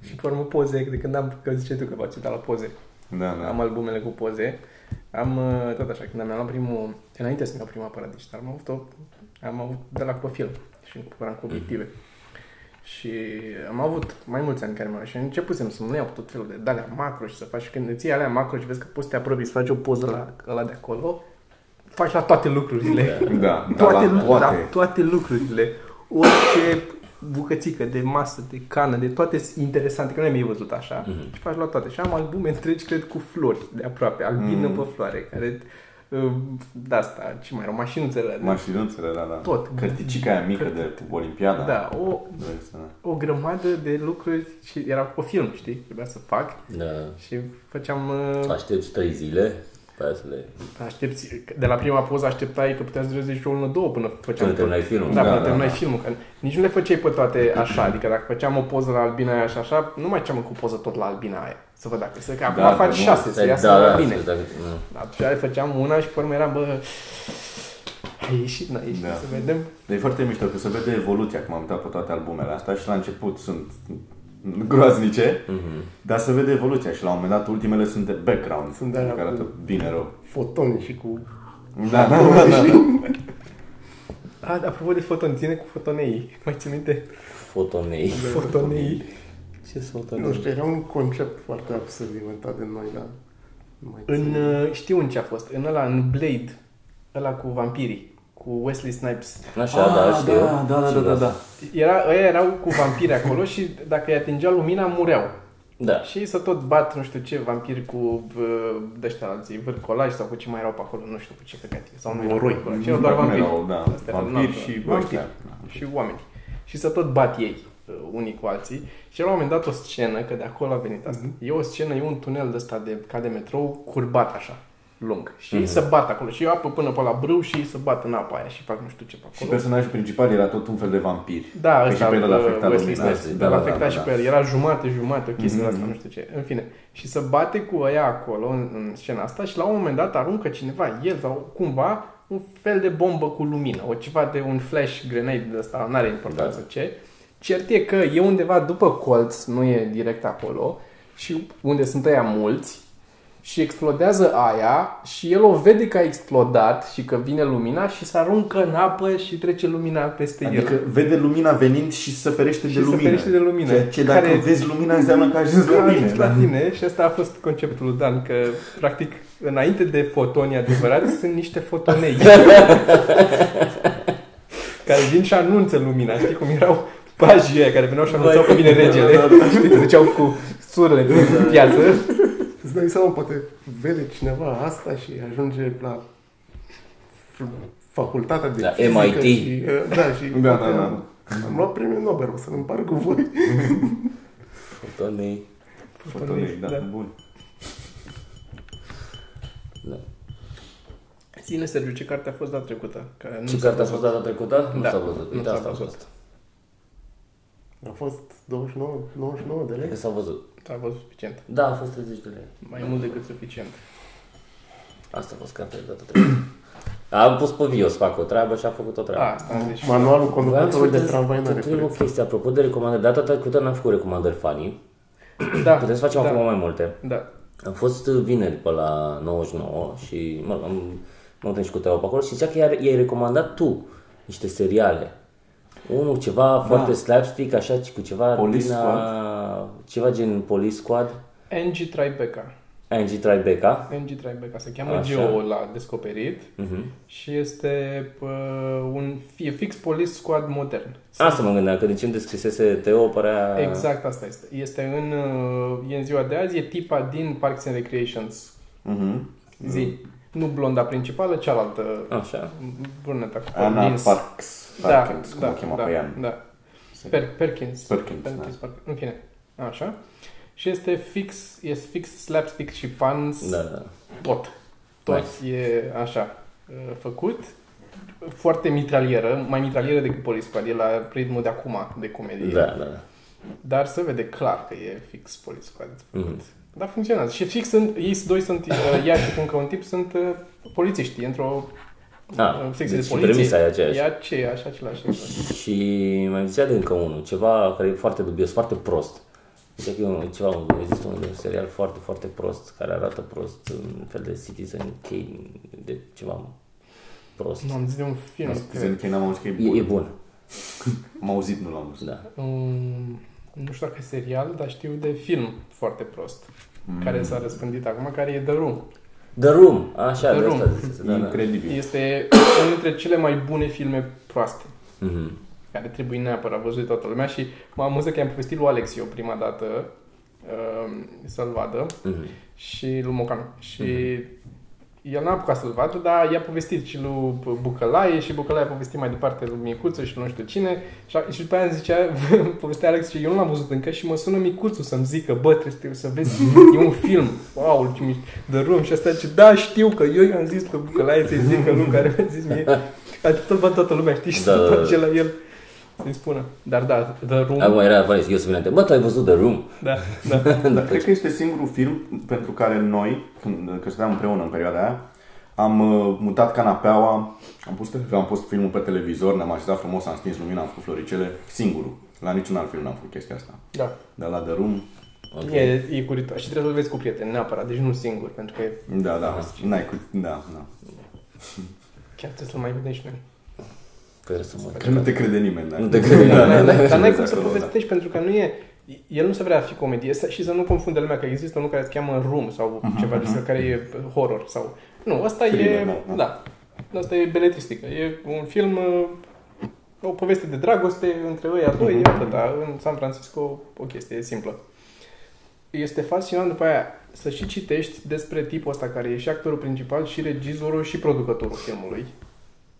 S1: Și formă poze, de când am, că ziceai tu că v-ați uitat la poze.
S3: Da, da.
S1: Am albumele cu poze. Am uh, tot așa, când am luat primul, înainte să-mi iau prima aparat digital, am avut, o, am avut de la Copil și eram cu obiective. Și am avut mai mulți ani care m-au și începusem să mă iau tot felul de dale macro și să faci și când îți iei alea macro și vezi că poți să te apropii să faci o poză la ăla de acolo, faci la toate lucrurile.
S3: Da, da,
S1: toate,
S3: la
S1: da, toate. Da,
S3: toate.
S1: toate lucrurile. Orice bucățică de masă, de cană, de toate sunt interesante, că nu mi-ai văzut așa. Mm-hmm. Și faci la toate. Și am albume întregi, cred, cu flori de aproape, albină mm-hmm.
S3: Mhm.
S1: pe floare, care... uh, De asta, ce mai erau, mașinuțele alea.
S3: Mașinuțele, da, da.
S1: Tot.
S3: Cărticica aia mică de Olimpiada.
S1: da, o,
S3: Vrei să-
S1: o grămadă de lucruri și era pe film, știi? Trebuia să fac
S2: Da.
S1: și făceam... uh,
S2: Aștepți trei zile, pe aia să le...
S1: Aștepți, de la prima poză așteptai că puteai să dureze și o lună, două până făceam
S2: Până terminai filmul.
S1: Da,
S3: Da,
S1: până
S3: da,
S1: terminai
S3: da.
S1: filmul. Că nici nu le făceai pe toate așa. Adică dacă făceam o poză la albina aia și așa, nu mai făceam cu poză tot la albina aia. Să văd dacă se... Că acum
S3: da,
S1: faci
S3: nu,
S1: șase, să iasă
S2: da,
S1: la
S2: da,
S1: albine.
S2: să- Dacă, nu.
S1: Atunci le făceam una și pe urmă eram, bă... A ieșit, n-a ieșit,
S3: Da.
S1: să vedem.
S3: Dar e foarte mișto că se vede evoluția, cum am uitat pe toate albumele astea și la început sunt groaznice, mm-hmm. dar se vede evoluția și la un moment dat ultimele sunt de background,
S4: Sunt
S3: sunt
S4: de
S3: de
S4: alea
S3: care
S4: cu-
S3: arată bine rău.
S4: Fotoni și cu...
S3: Da, da, da, da.
S1: A, apropo de foton, ține cu fotonei. [LAUGHS] Mai ții minte?
S2: Da, Fotonei.
S1: Da. Fotonei.
S2: Ce sunt
S4: Nu
S2: fotonei?
S4: știu, era un concept foarte absurd inventat de noi, dar... nu mai
S1: În,
S4: țin.
S1: uh, știu în ce a fost, în ăla, în Blade, ăla cu vampirii, cu Wesley Snipes.
S2: Așa, da,
S1: Ah,
S2: știu.
S3: da, da, da,
S2: Știu,
S3: da, da.
S1: Era, ăia erau cu [LAUGHS] vampiri acolo și dacă îi atingea lumina, mureau.
S2: Da.
S1: Și să tot bat nu știu ce vampiri cu bă, de ăștia alții, vârcolaj sau cu ce mai erau pe acolo, nu știu cu ce căcate, sau nu erau roi, ce erau doar
S3: Acum
S1: vampiri.
S3: erau, Da,
S1: Astea erau
S3: vampiri
S1: natura.
S3: și bă,
S1: vampiri
S3: ăștia.
S1: și oameni. Și să tot bat ei uh, unii cu alții. Și la un moment dat o scenă, că de acolo a venit asta. Mm-hmm. E o scenă, e un tunel de ăsta de, ca de metrou curbat așa, lung. Și mm-hmm. să bat acolo. Și eu apă până pe la brâu și să bat în apa aia și fac nu știu ce pe
S3: Și
S1: acolo.
S3: personajul principal era tot un fel de vampir.
S1: Da,
S3: Că
S1: ăsta,
S3: și pe el l-a
S1: bă,
S3: afectat
S1: Wesley
S3: lumina.
S1: Snipes,
S3: Da,
S1: l-a
S3: da,
S1: afectat
S3: da, da,
S1: și
S3: da.
S1: pe el. Era jumate, jumate, o chestie
S3: Mhm,
S1: mm-hmm. asta, nu știu ce. În fine. Și să bate cu ea acolo, în, în scena asta, și la un moment dat aruncă cineva, el sau cumva, un fel de bombă cu lumină, o ceva de un flash grenade de asta, nu are importanță da. ce. Cert e că e undeva după colț, nu e direct acolo, și unde sunt ăia mulți, și explodează aia și el o vede că a explodat și că vine lumina și se aruncă în apă și trece lumina peste
S3: Adică
S1: el.
S3: vede lumina venind și se ferește de
S1: se
S3: lumină.
S1: ferește de lumină.
S3: Ceea ce dacă
S1: Care- Exact.
S3: vezi lumina înseamnă că ai ajuns la
S1: Ajuns
S3: mine.
S1: la
S3: da.
S1: tine și asta a fost conceptul lui Dan, că practic înainte de fotoni adevărați sunt niște
S2: [LAUGHS]
S1: fotonei care vin și anunță lumina. Știi cum erau pajii aia care veneau și anunțau că
S2: da,
S1: vine regele. [LAUGHS] Știi, treceau cu surle prin piață.
S4: Îți dai seama, poate vede cineva asta și ajunge la f- facultatea de
S2: La
S4: fizică
S2: MIT.
S4: Și, uh, da, și
S3: Da,
S4: poate
S3: da, da.
S4: am- Am luat premiul Nobel, o să-l împar cu voi.
S2: Fotonei.
S3: Fotonei, da,
S1: Da.
S3: bun.
S2: Da.
S1: Ține, Sergiu, ce carte a fost data trecută? Care nu
S2: Ce
S1: s-a
S2: carte a
S1: văzut.
S2: fost data trecută? Nu
S1: Da.
S2: s-a văzut.
S1: Nu
S2: Uite,
S1: s-a
S2: asta a
S1: văzut.
S2: fost.
S4: A fost 29, 99 de
S2: Cred că
S4: lei.
S2: s-a văzut.
S1: S-a văzut suficient.
S2: Da, a fost 30 de lei.
S1: Mai mult decât suficient.
S2: Asta a fost cartea de data trecută. Am pus pe Vio să fac o treabă și a făcut o treabă.
S1: Asta, deci...
S4: Manualul
S2: Vreau să
S4: conducătorului de
S2: puteți-
S4: tramvai nu
S2: să
S4: are
S2: întreb o
S4: preț.
S2: chestie, apropo de recomandări. Data trecută n-am făcut recomandări funny.
S1: Da,
S2: Putem să facem
S1: da,
S2: acum mai multe.
S1: Da.
S2: Am fost uh, vineri pe la 99 și mă rog, am, m-am întâlnit și cu Teo pe acolo și zicea că i-ai, i-ai recomandat tu niște seriale. Unul ceva foarte slapstick, așa, ci cu ceva
S3: Police
S2: ceva gen Police Squad,
S1: Angie Tribeca.
S2: Angie Tribeca.
S1: Angie Tribeca se cheamă
S2: Așa.
S1: Geo la descoperit
S2: Mhm.
S1: și este pă, un e fix police squad modern.
S2: Asta mă gândeam, că de ce îmi descrisese Teo, părea...
S1: Exact asta este. Este în, uh, e în ziua de azi, e tipa din Parks and Recreations.
S3: Mhm.
S1: Zi.
S2: Mm.
S1: Nu blonda principală, cealaltă
S2: Așa.
S1: brunetă. cu
S3: Ana
S1: dinți.
S3: Parks, Parkins, cum o chema
S1: da,
S3: pe ea. în-
S1: da. Per- Perkins.
S3: Perkins, da.
S1: Perkins, Park- În fine. Așa. Și este fix, e fix slapstick și puns.
S2: Da, da.
S1: tot. Tot e așa uh, făcut. Foarte mitralieră, mai mitralieră decât Police Squad, e la ritmul de acum de comedie.
S2: Da, da, da.
S1: Dar se vede clar că e fix Police Squad.
S2: Mhm.
S1: Dar funcționează. Și fix sunt, ei doi sunt, uh, ea și cu încă un tip sunt uh, polițiști, e într-o
S2: Ah,
S1: uh,
S2: deci
S1: secție de poliție.
S2: premisa e aceeași.
S1: E aceeași, același.
S2: Și mai zicea de încă unul, ceva care e foarte dubios, foarte prost. Zice că e un, ceva, un, există un serial foarte, foarte prost, care arată prost, un fel de Citizen Kane, de ceva prost.
S1: Nu, am zis de un film.
S3: Citizen
S1: cred.
S3: Kane am auzit că e
S2: E, e
S3: bun.
S2: bun,
S3: M-am auzit, nu l-am văzut.
S2: da.
S1: Um, nu știu dacă e serial, dar știu de film foarte prost,
S3: Mm.
S1: care s-a răspândit acum, care e The Room.
S2: The Room, așa,
S1: The
S2: de
S1: Room.
S2: asta zisese, da, da.
S3: Incredibil.
S1: Este unul dintre cele mai bune filme proaste,
S2: Mhm.
S1: care trebuie neapărat văzut de toată lumea și mă amuză că i-am povestit lui Alex eu prima dată uh, să-l vadă
S2: Mhm.
S1: și lui Mocan. Și el n-a apucat să-l vadă, dar i-a povestit și lui Bucălaie și Bucălaie a povestit mai departe lui Micuțu și lui nu știu cine. Și, a- și după aia îmi zicea, [LAUGHS] povestea Alex și eu nu l-am văzut încă și mă sună Micuțu să-mi zică, bă, trebuie să vezi, e un film, wow, ce miș- The Room și asta zice, da, știu că eu i-am zis lui Bucălaie să-i zică lui care mi-a zis mie. A tot toată lumea, știi, și
S2: Da, da,
S1: să
S2: da.
S1: se duce la el să-i spună. Dar da, The Room,
S2: Acum era Valis, eu să vină Bă, tu ai văzut The Room? [LAUGHS]
S1: da, da.
S3: Dar
S2: Deci-
S3: cred că este singurul film pentru care noi, când că stăteam împreună în perioada aia, am uh, mutat canapeaua, am pus, TV, am pus filmul pe televizor, ne-am așezat frumos, am stins lumina, am făcut floricele, singurul. La niciun alt film n-am făcut chestia asta.
S1: da.
S3: Dar la The Room,
S2: Ok.
S1: E, e curios. Și trebuie să-l vezi cu prieteni, neapărat, deci nu singur, pentru că e
S3: da, da, n-ai cu... Da, da.
S1: Chiar trebuie să-l mai vedești, man.
S2: Că să mă...
S3: Că nu te crede nimeni, da?
S2: Nu
S3: [LAUGHS]
S2: te crede nimeni.
S1: Dar n-ai- Dar n-ai
S3: vezi
S1: cum să
S3: acolo, da.
S1: povestești, pentru că nu e... El nu se vrea a fi comedie să- și să nu confunde lumea că există unul care se cheamă Room sau ceva de asta care e horror sau... Nu, asta e...
S3: Mhm, Thriller, da,
S1: Da. Asta e beletristică. E un film... uh, O poveste de dragoste între ei doi,
S3: Mhm.
S1: e atâta. În San Francisco o chestie simplă. Este fascinant după aia să și citești despre tipul ăsta care e și actorul principal și regizorul și producătorul filmului.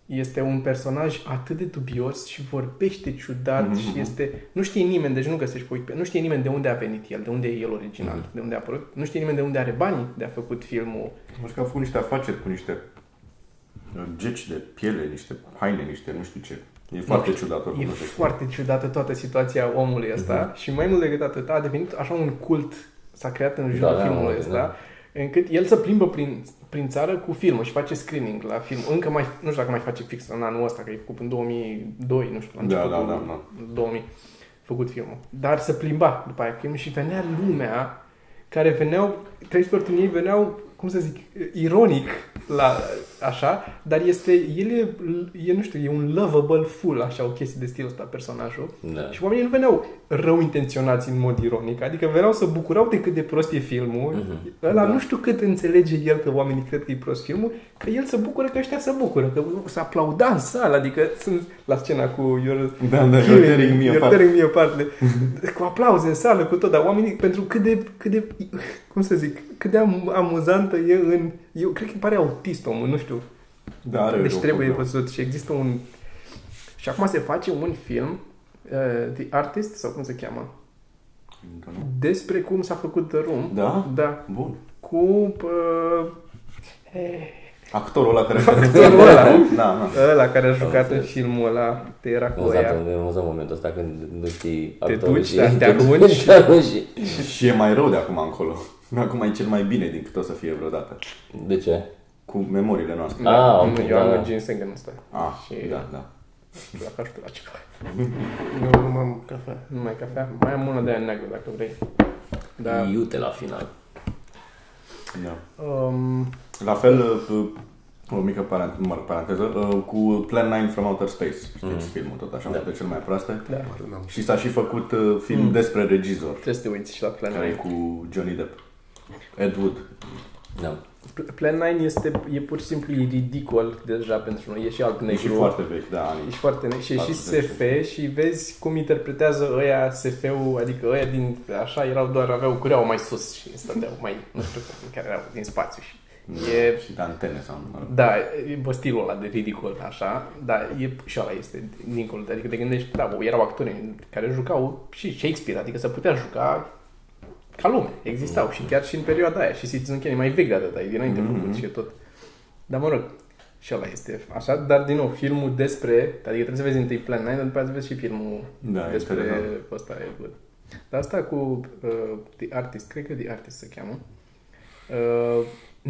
S1: este un personaj atât de dubios și vorbește ciudat
S3: Mhm.
S1: mm-hmm. și este... Nu știe nimeni, deci nu găsești pe Wikipedia, nu știe nimeni de unde a venit el, de unde e el original,
S3: Mhm.
S1: mm-hmm. de unde a apărut, nu știe nimeni de unde are banii de a făcut filmul.
S3: Nu știu că au făcut niște afaceri cu niște uh, geci de piele, niște haine, niște nu știu ce. E foarte ciudat oricum.
S1: E
S3: nu știu.
S1: foarte ciudată toată situația omului ăsta mm-hmm.
S3: Mhm.
S1: și mai mult decât atât a devenit așa un cult, s-a creat în jurul
S2: Da, da,
S1: filmului
S2: da.
S1: ăsta, încât el se plimbă prin, prin țară cu filmul și face screening la film. Încă mai, nu știu dacă mai face fix în anul ăsta, că e făcut în 2002, nu știu, la
S3: Da,
S1: începutul
S3: da, da, da.
S1: 2000, făcut filmul. Dar se plimba după aia filmul și venea lumea care veneau, creștori din ei veneau, cum să zic, ironic la așa, dar este, el e, e, nu știu, e un lovable full, așa, o chestie de stilul ăsta, personajul.
S2: Da.
S1: Și oamenii nu veneau rău intenționați în mod ironic, adică veneau să bucurau de cât de prost e filmul.
S2: Mhm.
S1: Ăla
S2: Da.
S1: nu știu cât înțelege el că oamenii cred că e prost filmul, că el se bucură că ăștia se bucură, că se aplauda în sală, adică sunt la scena cu You're [LAUGHS]
S3: Da, da,
S1: killing
S3: you're tearing me
S1: you're
S3: apart.
S1: tearing me apart. le- cu aplauze în sală, cu tot, dar oamenii, pentru cât de, cât de cum să zic, cât de am, amuzantă e în... Eu cred că îmi pare autist omul, nu știu.
S3: Da, are
S1: Deci
S3: o
S1: trebuie
S3: problemă.
S1: văzut și există un... Și acum se face un film, uh, The Artist, sau cum se cheamă,
S3: Încă nu.
S1: despre cum s-a făcut The Room.
S3: Da?
S1: Da.
S3: Bun.
S1: Cu... Uh,
S3: Actorul ăla care... [LAUGHS]
S1: Actorul ăla.
S3: Da, da.
S1: ăla care a jucat în
S2: înțeles. Exact.
S1: filmul ăla, te era cu
S2: Amuzant,
S1: aia.
S2: e amuzant momentul ăsta când nu știi
S1: Te
S2: actorul
S1: duci,
S2: și-
S1: da, te arunci.
S2: te arunci.
S3: Și e mai rău de acum încolo. [LAUGHS] Acum e cel mai bine din cât o să fie vreodată.
S2: De ce?
S3: Cu memoriile noastre.
S2: Ah,
S1: nu,
S2: ok,
S1: Mm, eu am
S2: da.
S1: un ginseng în ăsta.
S3: Ah,
S1: Și-
S3: da, da.
S1: La ajută la ceva.
S4: Eu nu m-am cafea.
S1: Nu mai cafea. Mai am una de aia neagră, dacă vrei. Da.
S2: Iute la final.
S3: da.
S1: Um,
S3: La fel, uh, o mică parant- mă rog, paranteză, uh, cu Plan 9 from Outer Space, știți filmul tot așa, da. de cel mai proaste.
S1: da.
S4: N-am.
S3: Și s-a și făcut uh, film
S1: Mm.
S3: despre regizor,
S1: Trebuie să te uiți și la Plan
S3: care e
S1: 9.
S3: cu Johnny Depp. Ed Wood.
S2: Da.
S1: Pl- Plan 9 este, e pur și simplu e ridicol deja pentru noi. E și alb
S3: E și
S1: negru.
S3: foarte vechi, da, anii.
S1: Ești foarte ne- și e și
S3: 40.
S1: SF și vezi cum interpretează ăia SF-ul, adică ăia din așa erau doar, aveau cureaua mai sus și stăteau mai, nu știu, care erau din spațiu și e,
S3: Și de antene sau mă rog.
S1: da, e bă, stilul ăla de ridicol, așa, dar e, și ăla este dincolo, de- adică te gândești, da, bă, erau actori care jucau și Shakespeare, adică se putea juca ca lume, existau și chiar și în perioada aia și Citizen Kane e mai vechi de atât, e dinainte mm-hmm. făcut și tot. Dar mă rog, și ăla este așa, dar din nou, filmul despre, adică trebuie să vezi întâi Plan 9, dar după aceea să vezi și filmul
S3: Da, e
S1: despre
S3: interesant.
S1: ăsta, e bun. Dar asta cu uh, The Artist, cred că The Artist se cheamă, uh,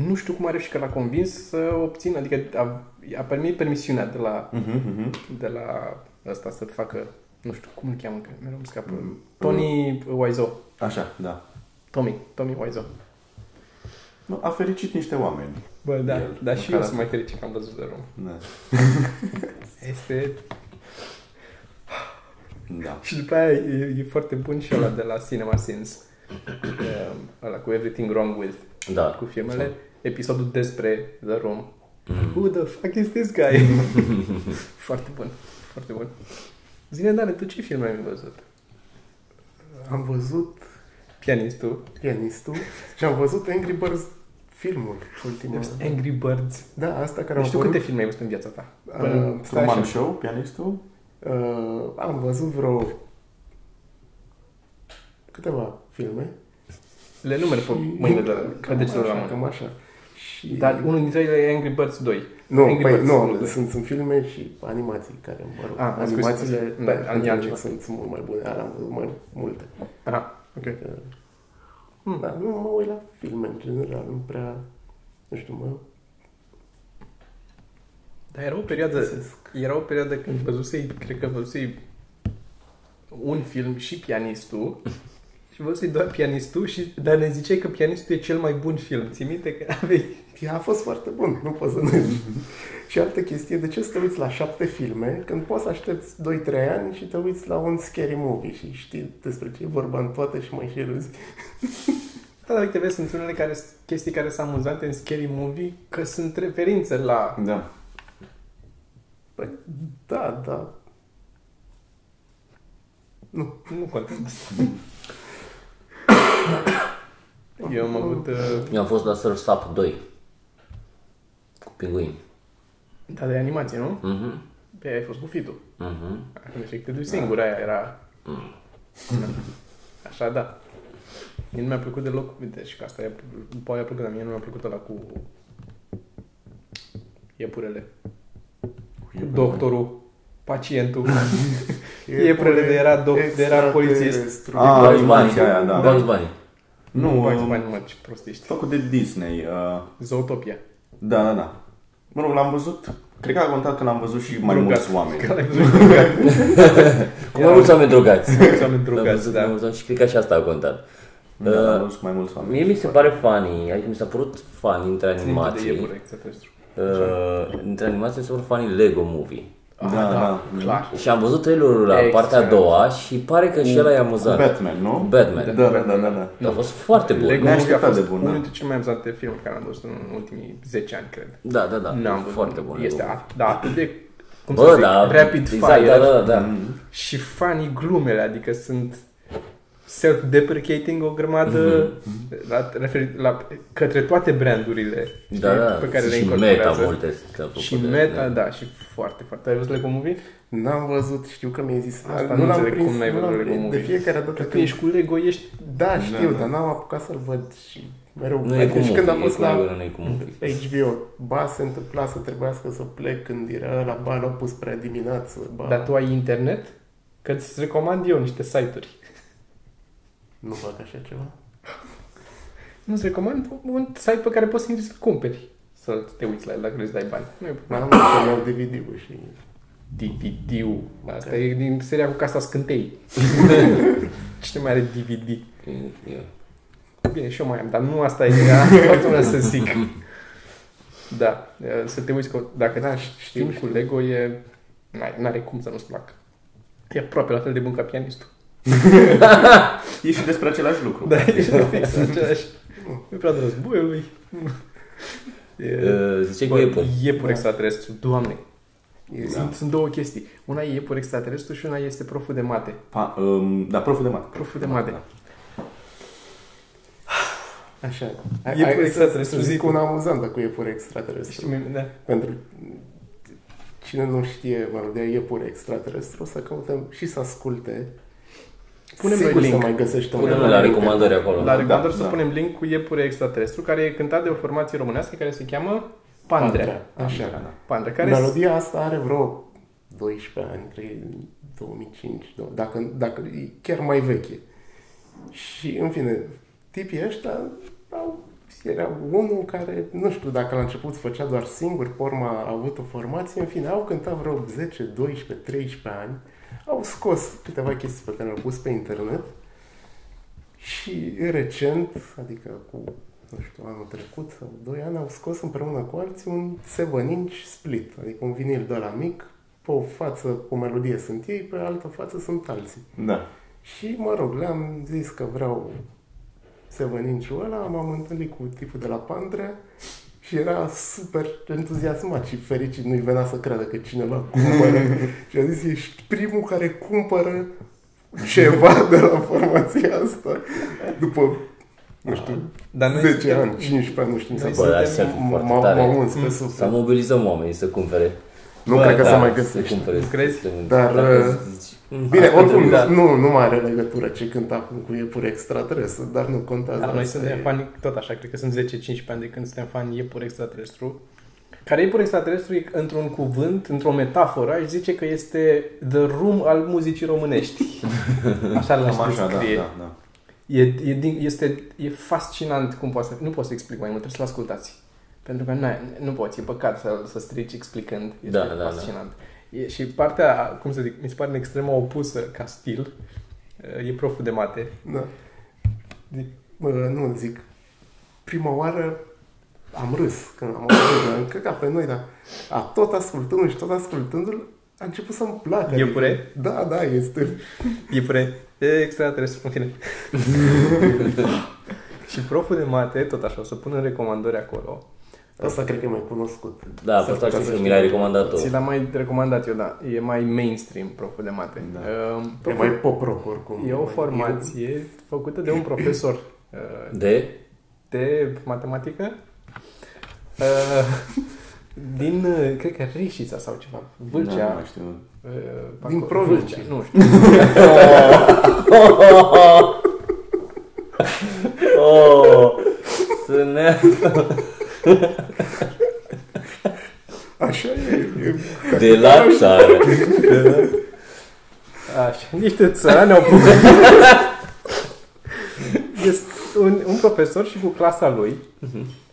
S1: nu știu cum a reușit că l-a convins să obțină, adică a, a permis permisiunea de la,
S3: Mhm, mhm.
S1: de la ăsta să facă, nu știu cum îl cheamă, că mereu îmi scapă, Tony Wiseau.
S3: Așa, da.
S1: Tommy, Tommy Wiseau.
S3: Nu, A fericit niște oameni.
S1: Bă, da,
S3: El,
S1: dar și eu
S3: măcar
S1: sunt mai fericit că am văzut de rom.
S3: Da.
S1: Este...
S3: da.
S1: Și după aia e, e foarte bun și ăla de la Cinema Sins. Um, ăla cu Everything Wrong With,
S2: Da.
S1: cu filmele. Episodul despre The Room.
S2: Mm-hmm.
S1: Who the fuck is this [LAUGHS] guy? foarte bun, foarte bun. Zine, Dane, tu ce filme ai văzut?
S4: Am văzut
S1: Pianistul,
S4: pianistul și am văzut Angry Birds filmul ultimul.
S1: Angry Birds.
S4: Da, asta care
S1: Nu
S4: am
S1: știu
S4: apărut.
S1: câte filme ai văzut în viața ta.
S4: Uh, stai
S3: Truman
S4: așa.
S3: Show, pianistul?
S4: Uh, am văzut vreo câteva filme.
S1: Le numeri pe mâinile de la, pe
S4: Cam
S1: degetul de la
S4: așa,
S1: mână.
S4: cam așa. Și...
S1: Dar unul dintre ele e Angry Birds 2.
S4: Nu,
S1: Angry
S4: păi,
S1: Birds
S4: nu,
S1: 2.
S4: sunt, sunt filme și animații care, mă rog,
S1: Ah, scuze,
S4: animațiile
S1: scuze.
S4: da,
S1: Da,
S4: pentru
S1: animații.
S4: mine sunt, sunt mult mai bune, alea am văzut mai multe.
S1: Aha, ok.
S4: Că-
S1: Hmm.
S4: Da, nu mă uit la filme, în general, nu prea, nu știu, mă
S1: Dar era o perioadă,
S4: găsesc.
S1: era o perioadă când văzusei, cred că văzusei un film și pianistul și văzusei doar pianistul și, dar ne ziceai că pianistul e cel mai bun film. Ți minte că aveai...
S4: Ea a fost foarte bun, nu pot să nu Și altă chestie, de ce să te uiți la șapte filme când poți să aștepți 2-3 ani și te uiți la un scary movie și știi despre ce e vorba în toate și mai și râzi.
S1: Da, dar uite, vezi, sunt unele care, chestii care sunt amuzante în Scary Movie că sunt referințe la...
S3: Da.
S4: Păi, da, da.
S1: Nu contează asta. Eu am avut... Uh...
S2: Eu am fost la Surf Sap 2. Cu pinguini.
S1: Da, de animație, nu?
S2: Mhm.
S1: Pe ai fost bufitul.
S2: Mhm.
S1: Deci te duci singur, aia era... Da. Așa, da. Mie nu mi-a plăcut deloc, uite, și că asta e, după aia a plăcut, dar mie nu mi-a plăcut ăla cu iepurele. Cu doctorul, pacientul.
S3: [LAUGHS]
S1: Iepurele de era, doc, de
S4: Exact,
S3: Exact.
S1: era polițist.
S4: Extraterestru.
S3: Ah,
S2: Bugs
S3: animația
S2: Bunny.
S3: aia, da.
S2: Bugs Bunny.
S1: Nu,
S3: Nu,
S1: nu,
S3: uh,
S1: bani, mă, ce prostiști.
S3: făcut de Disney. Uh,
S1: Zootopia.
S3: Da, da, da. Mă rog, l-am văzut. Cred că a contat că l-am văzut și mai
S1: Drogat.
S3: mulți oameni.
S1: Că l-ai văzut drogat.
S3: [LAUGHS]
S2: Cu mai mulți oameni drogați.
S1: Mulți oameni
S2: L-am
S1: drogați,
S2: văzut cu mai
S1: da.
S2: mulți oameni Și cred că și asta a contat.
S3: Mi-a adus Da, mai mulți oameni.
S2: Mie mi se pare funny, adică mi s-a părut funny între
S1: Țin minte de
S2: animații.
S1: iepure extraterestru.
S2: Uh, între animații mi s-a părut funny Lego Movie.
S1: Ah,
S3: Da, da.
S4: clar.
S2: Și am văzut trailerul la
S1: Extra.
S2: partea a doua și pare că și ăla e amuzant.
S3: Batman, nu?
S2: Batman.
S3: Da, da, da, da. da.
S2: A fost foarte bun.
S1: Lego
S3: Ne-a
S1: Movie a
S3: așteptat
S1: fost
S3: de bun,
S1: unul
S3: da.
S1: dintre cele mai amuzante filmuri care am văzut în ultimii 10 ani, cred.
S2: Da, da, da.
S1: N-am văzut.
S2: foarte bun.
S1: Este
S2: Lego.
S1: at- da, atât de cum să
S2: Bă,
S1: zic,
S2: da,
S1: rapid
S2: exact,
S1: fire
S2: Da, da, da.
S3: Mm-hmm.
S1: și funny glumele, adică sunt self-deprecating o grămadă
S2: Mhm.
S1: la, referi, la, către toate brandurile știi,
S2: Da, da.
S1: pe care le
S2: și
S1: incorporează.
S2: meta multe. sunt apropo
S1: și
S2: de-
S1: meta, da, și foarte, foarte. Ai văzut Lego Movie?
S4: N-am văzut, știu că mi-ai zis asta.
S1: nu
S4: Nu l-am
S1: înțeleg
S4: prins,
S1: cum n-ai
S4: nu l-am
S1: văzut Lego
S4: prins. De
S1: Movie.
S4: fiecare
S1: Că
S4: dată când...
S1: ești cu Lego, ești...
S4: Da, știu, dar n-am apucat să-l văd și mereu...
S2: Nu e cu
S4: Adică și când am
S2: movie, e
S4: fost
S2: cu
S4: la
S2: Lego, nu e cu movie.
S4: HBO, ba se întâmpla să trebuiască să plec când era la ba l-au pus prea dimineață, ba...
S1: Dar tu ai internet? Că îți recomand eu niște site-uri.
S4: Nu fac așa ceva.
S1: Nu-ți recomand un site pe care poți să intri să-l cumperi. Să te uiți la el dacă vrei să dai bani. Nu e
S4: Mai am să iau DVD-ul și...
S1: DVD-ul. Asta e din seria cu Casa [LAUGHS] Scântei. Cine mai are DVD?
S2: E- e-
S1: Bine, și eu mai am, dar nu asta e. da? [LAUGHS] Asta e altceva să zic. Da, e, să te uiți că dacă da, știu cu Lego e... n-ai- N-are cum să nu-ți placă. E aproape la fel de bun ca pianistul.
S3: E și despre același lucru.
S1: Da, [LAUGHS] e fix același. E prea de războiului. E,
S2: e, Zice că e bun.
S1: iepuri extraterestru, doamne.
S4: E,
S1: Da. Sunt, sunt două chestii. Una e iepuri extraterestru și una este proful de mate.
S3: Pa, um, da, proful de mate.
S1: Proful de mate.
S3: Da.
S4: Așa.
S1: E
S4: hai
S1: pur
S4: să-
S1: extraterestru,
S4: să
S1: zic.
S4: zic un amuzant dacă e pur extraterestru.
S1: Știi, da.
S4: Pentru cine nu știe, mă rog, de iepure extraterestru, să căutăm și să asculte.
S1: Punem
S4: Sigur
S1: noi link.
S4: să mai găsești
S2: Punem
S4: undeva
S2: la
S4: link.
S2: recomandări acolo.
S1: La recomandări
S3: da,
S1: să
S3: da.
S1: punem link cu iepure extraterestru, care e cântat de o formație românească care se cheamă Pandrea.
S4: Pandrea, Așa.
S3: Da, da.
S1: Pandrea, care
S4: Care Melodia asta are vreo 12 ani, cred, 2005, două- dacă, dacă e chiar mai veche. Și, în fine, tipii ăștia au, era unul care, nu știu dacă la început făcea doar singur, pe urmă a avut o formație, în fine, au cântat vreo 10, 12, 13 ani, au scos câteva chestii pe care le-au pus pe internet și recent, adică cu, nu știu, anul trecut sau doi ani, au scos împreună cu alții un 7 inch split, adică un vinil de la mic, pe o față cu melodie sunt ei, pe altă față sunt alții.
S3: Da.
S4: Și, mă rog, le-am zis că vreau 7 inch ăla, m-am întâlnit cu tipul de la Pandrea și era super entuziasmat și fericit, nu-i venea să creadă că cineva
S2: [LAUGHS]
S4: cumpără. și a zis, ești primul care cumpără ceva de la formația asta după, nu
S2: Ah,
S4: știu,
S1: Dar noi
S4: 10
S1: suntem-
S4: ani, 15 ani, nu știu, mi s-a
S1: Noi
S4: părut.
S2: Da, Bă, dar
S1: suntem-
S2: să fie
S4: M-
S2: foarte
S4: m-
S2: tare. Mm.
S4: M-am uns pe
S2: Să
S4: suflet.
S2: mobilizăm oamenii să cumpere.
S4: Nu
S2: Bă,
S4: cred că
S2: da,
S4: se mai
S2: Să
S4: găsește.
S2: cumpere.
S1: Nu crezi?
S2: Să-
S4: Dar,
S2: dacă
S4: uh,
S2: zici, "Mm,
S4: Bine,
S2: asta
S4: oricum,
S2: trebuie."
S1: da.
S4: nu, nu mai are legătură ce cânt acum cu iepuri extraterestru, dar nu contează.
S1: Dar noi
S4: Asta
S1: suntem
S4: e-
S1: fani tot așa, cred că sunt 10-15 ani de când suntem fani iepuri extraterestru. Care iepuri extraterestru e într-un cuvânt, într-o metaforă, aș zice că este the room al muzicii românești. Așa l-aș
S3: Cam așa, da,
S1: descrie.
S3: da, da.
S1: E, e, din, este, e fascinant cum poate să... Nu pot să explic mai mult, trebuie să-l ascultați. Pentru că n-ai, nu poți, e păcat să, să strici explicând. Este
S2: Da, da, da.
S1: fascinant. Da. E, și partea, cum să zic, mi se pare în extrema opusă ca stil, e proful de mate.
S4: Da. De, bă, nu zic. Prima oară am râs când am auzit, dar încă ca pe noi, dar a tot ascultându-l și tot ascultându-l, a început să-mi placă.
S1: Iepure?
S4: Da, da, este.
S1: Iepure, e extraterestru, în [LAUGHS] fine. și proful de mate, tot așa, o să pun în recomandări acolo.
S4: Asta cred că e mai cunoscut.
S2: Da,
S4: Să-
S2: pe asta
S4: ca
S2: știu
S4: să
S2: că mi
S4: știi.
S2: l-ai recomandat Da, tu.
S1: Ți l-am mai recomandat eu, da. E mai mainstream proful de mate.
S3: Da.
S1: Uh,
S4: E
S1: proful-
S4: mai pop rock oricum.
S1: E o
S4: Mai-
S1: formație făcută de un profesor uh, [LAUGHS]
S2: De?
S1: de matematică uh, [LAUGHS] din, uh, cred că Reșița sau ceva,
S3: Da, nu mai
S1: Vâlcea.
S3: știu.
S1: uh, pe
S4: Din
S1: acolo.
S4: provincie.
S1: Vâlcea, Nu știu.
S2: Oh, să ne...
S4: Așa e. e
S2: De la țară.
S1: Așa, niște țărani au făcut. Este un, un profesor și cu clasa lui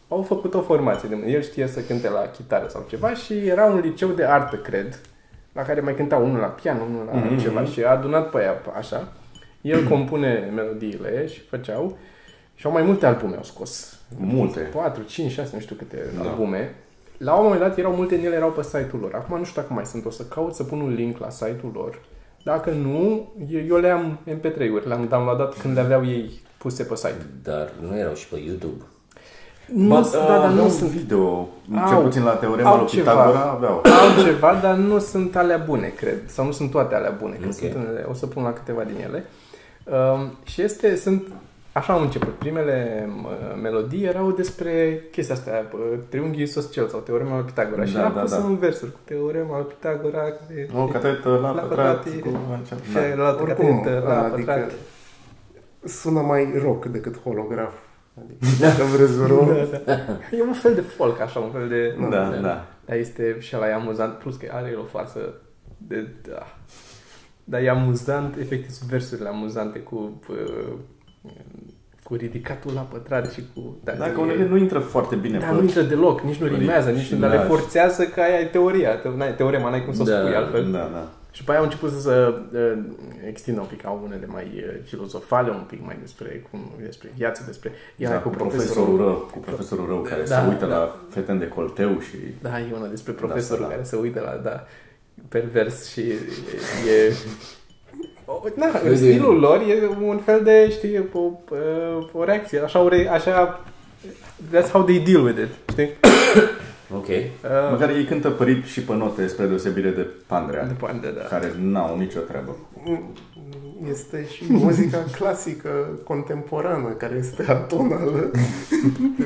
S1: au făcut o formație. de- El știe să cânte la chitară sau ceva și era un liceu de artă, cred, la care mai cânta unul la pian, unul la ceva și a adunat pe aia așa. El compune melodiile și făceau Și au mai multe albume au scos.
S3: Multe.
S1: 4, 5, 6, nu știu câte da. albume. La un moment dat erau multe din ele erau pe site-ul lor. Acum nu știu dacă mai sunt. O să caut să pun un link la site-ul lor. Dacă nu, eu- eu le-am MP3-uri. Le-am downloadat când le aveau ei puse pe site.
S2: Dar nu erau și pe YouTube.
S1: Nu,
S3: Ba, uh,
S1: da, dar nu
S3: aveau
S1: sunt
S3: video, cel
S1: Au.
S3: puțin la teorema
S1: Au
S3: lui
S1: ceva.
S3: Pitagora aveau.
S1: au ceva, dar nu sunt alea bune, cred. Sau nu sunt toate alea bune, că
S2: Ok.
S1: sunt unele, o să pun la câteva din ele. Um, și este, sunt, așa am început. Primele uh, melodii erau despre chestia asta, uh, triunghiul isoscel sau teorema lui Pitagora. și
S3: Da,
S1: l-am
S3: da,
S1: pus
S3: da.
S1: în versuri cu teorema lui Pitagora. care-
S3: O catetă la,
S1: La
S3: pătrat,
S1: pătrat,
S3: cu...
S1: și
S3: Da.
S1: la
S4: Oricum,
S1: catetă, la
S4: adică
S1: pătrat.
S4: sună mai rock decât holograf. [LAUGHS] Adică, dacă vreți
S1: Da,
S4: vreun...
S1: E un fel de folk, așa, un fel de...
S3: Da, da.
S1: Dar este și la e amuzant, plus că are el o față de... Da. Dar e amuzant, efectiv, sunt versurile amuzante cu... uh, cu ridicatul la pătrat și cu... Da,
S3: Dacă
S1: e-
S3: unele nu intră foarte bine
S1: Dar
S3: pe-
S1: nu intră deloc, nici nu rimează, nici nu, dar le
S3: Da.
S1: forțează că aia e teoria, te- n-ai- teorema, n-ai cum să o
S2: Da,
S1: spui altfel.
S3: Da, da.
S1: Și după aia au început să se uh, extindă un pic, au unele mai uh, filozofale, un pic mai despre, cum, despre viață, despre... Iar
S3: da,
S1: cu profesorul
S3: rău, cu profesorul rău care
S1: Da,
S3: se uită
S1: da.
S3: la fete în decolteu și
S1: Da, e una despre profesorul
S3: da.
S1: care se uită la, da, pervers și e... O, na, în stilul lor e un fel de, știi, o, o reacție, așa, o re, așa, that's how they deal with it, știi?
S2: Ok.
S1: Uh,
S3: măcar ei cântă părit și pe note spre deosebire de Pandrea,
S1: după ani de da.
S3: care n-au nicio treabă.
S4: Este și [LAUGHS] muzica clasică contemporană care este atonală.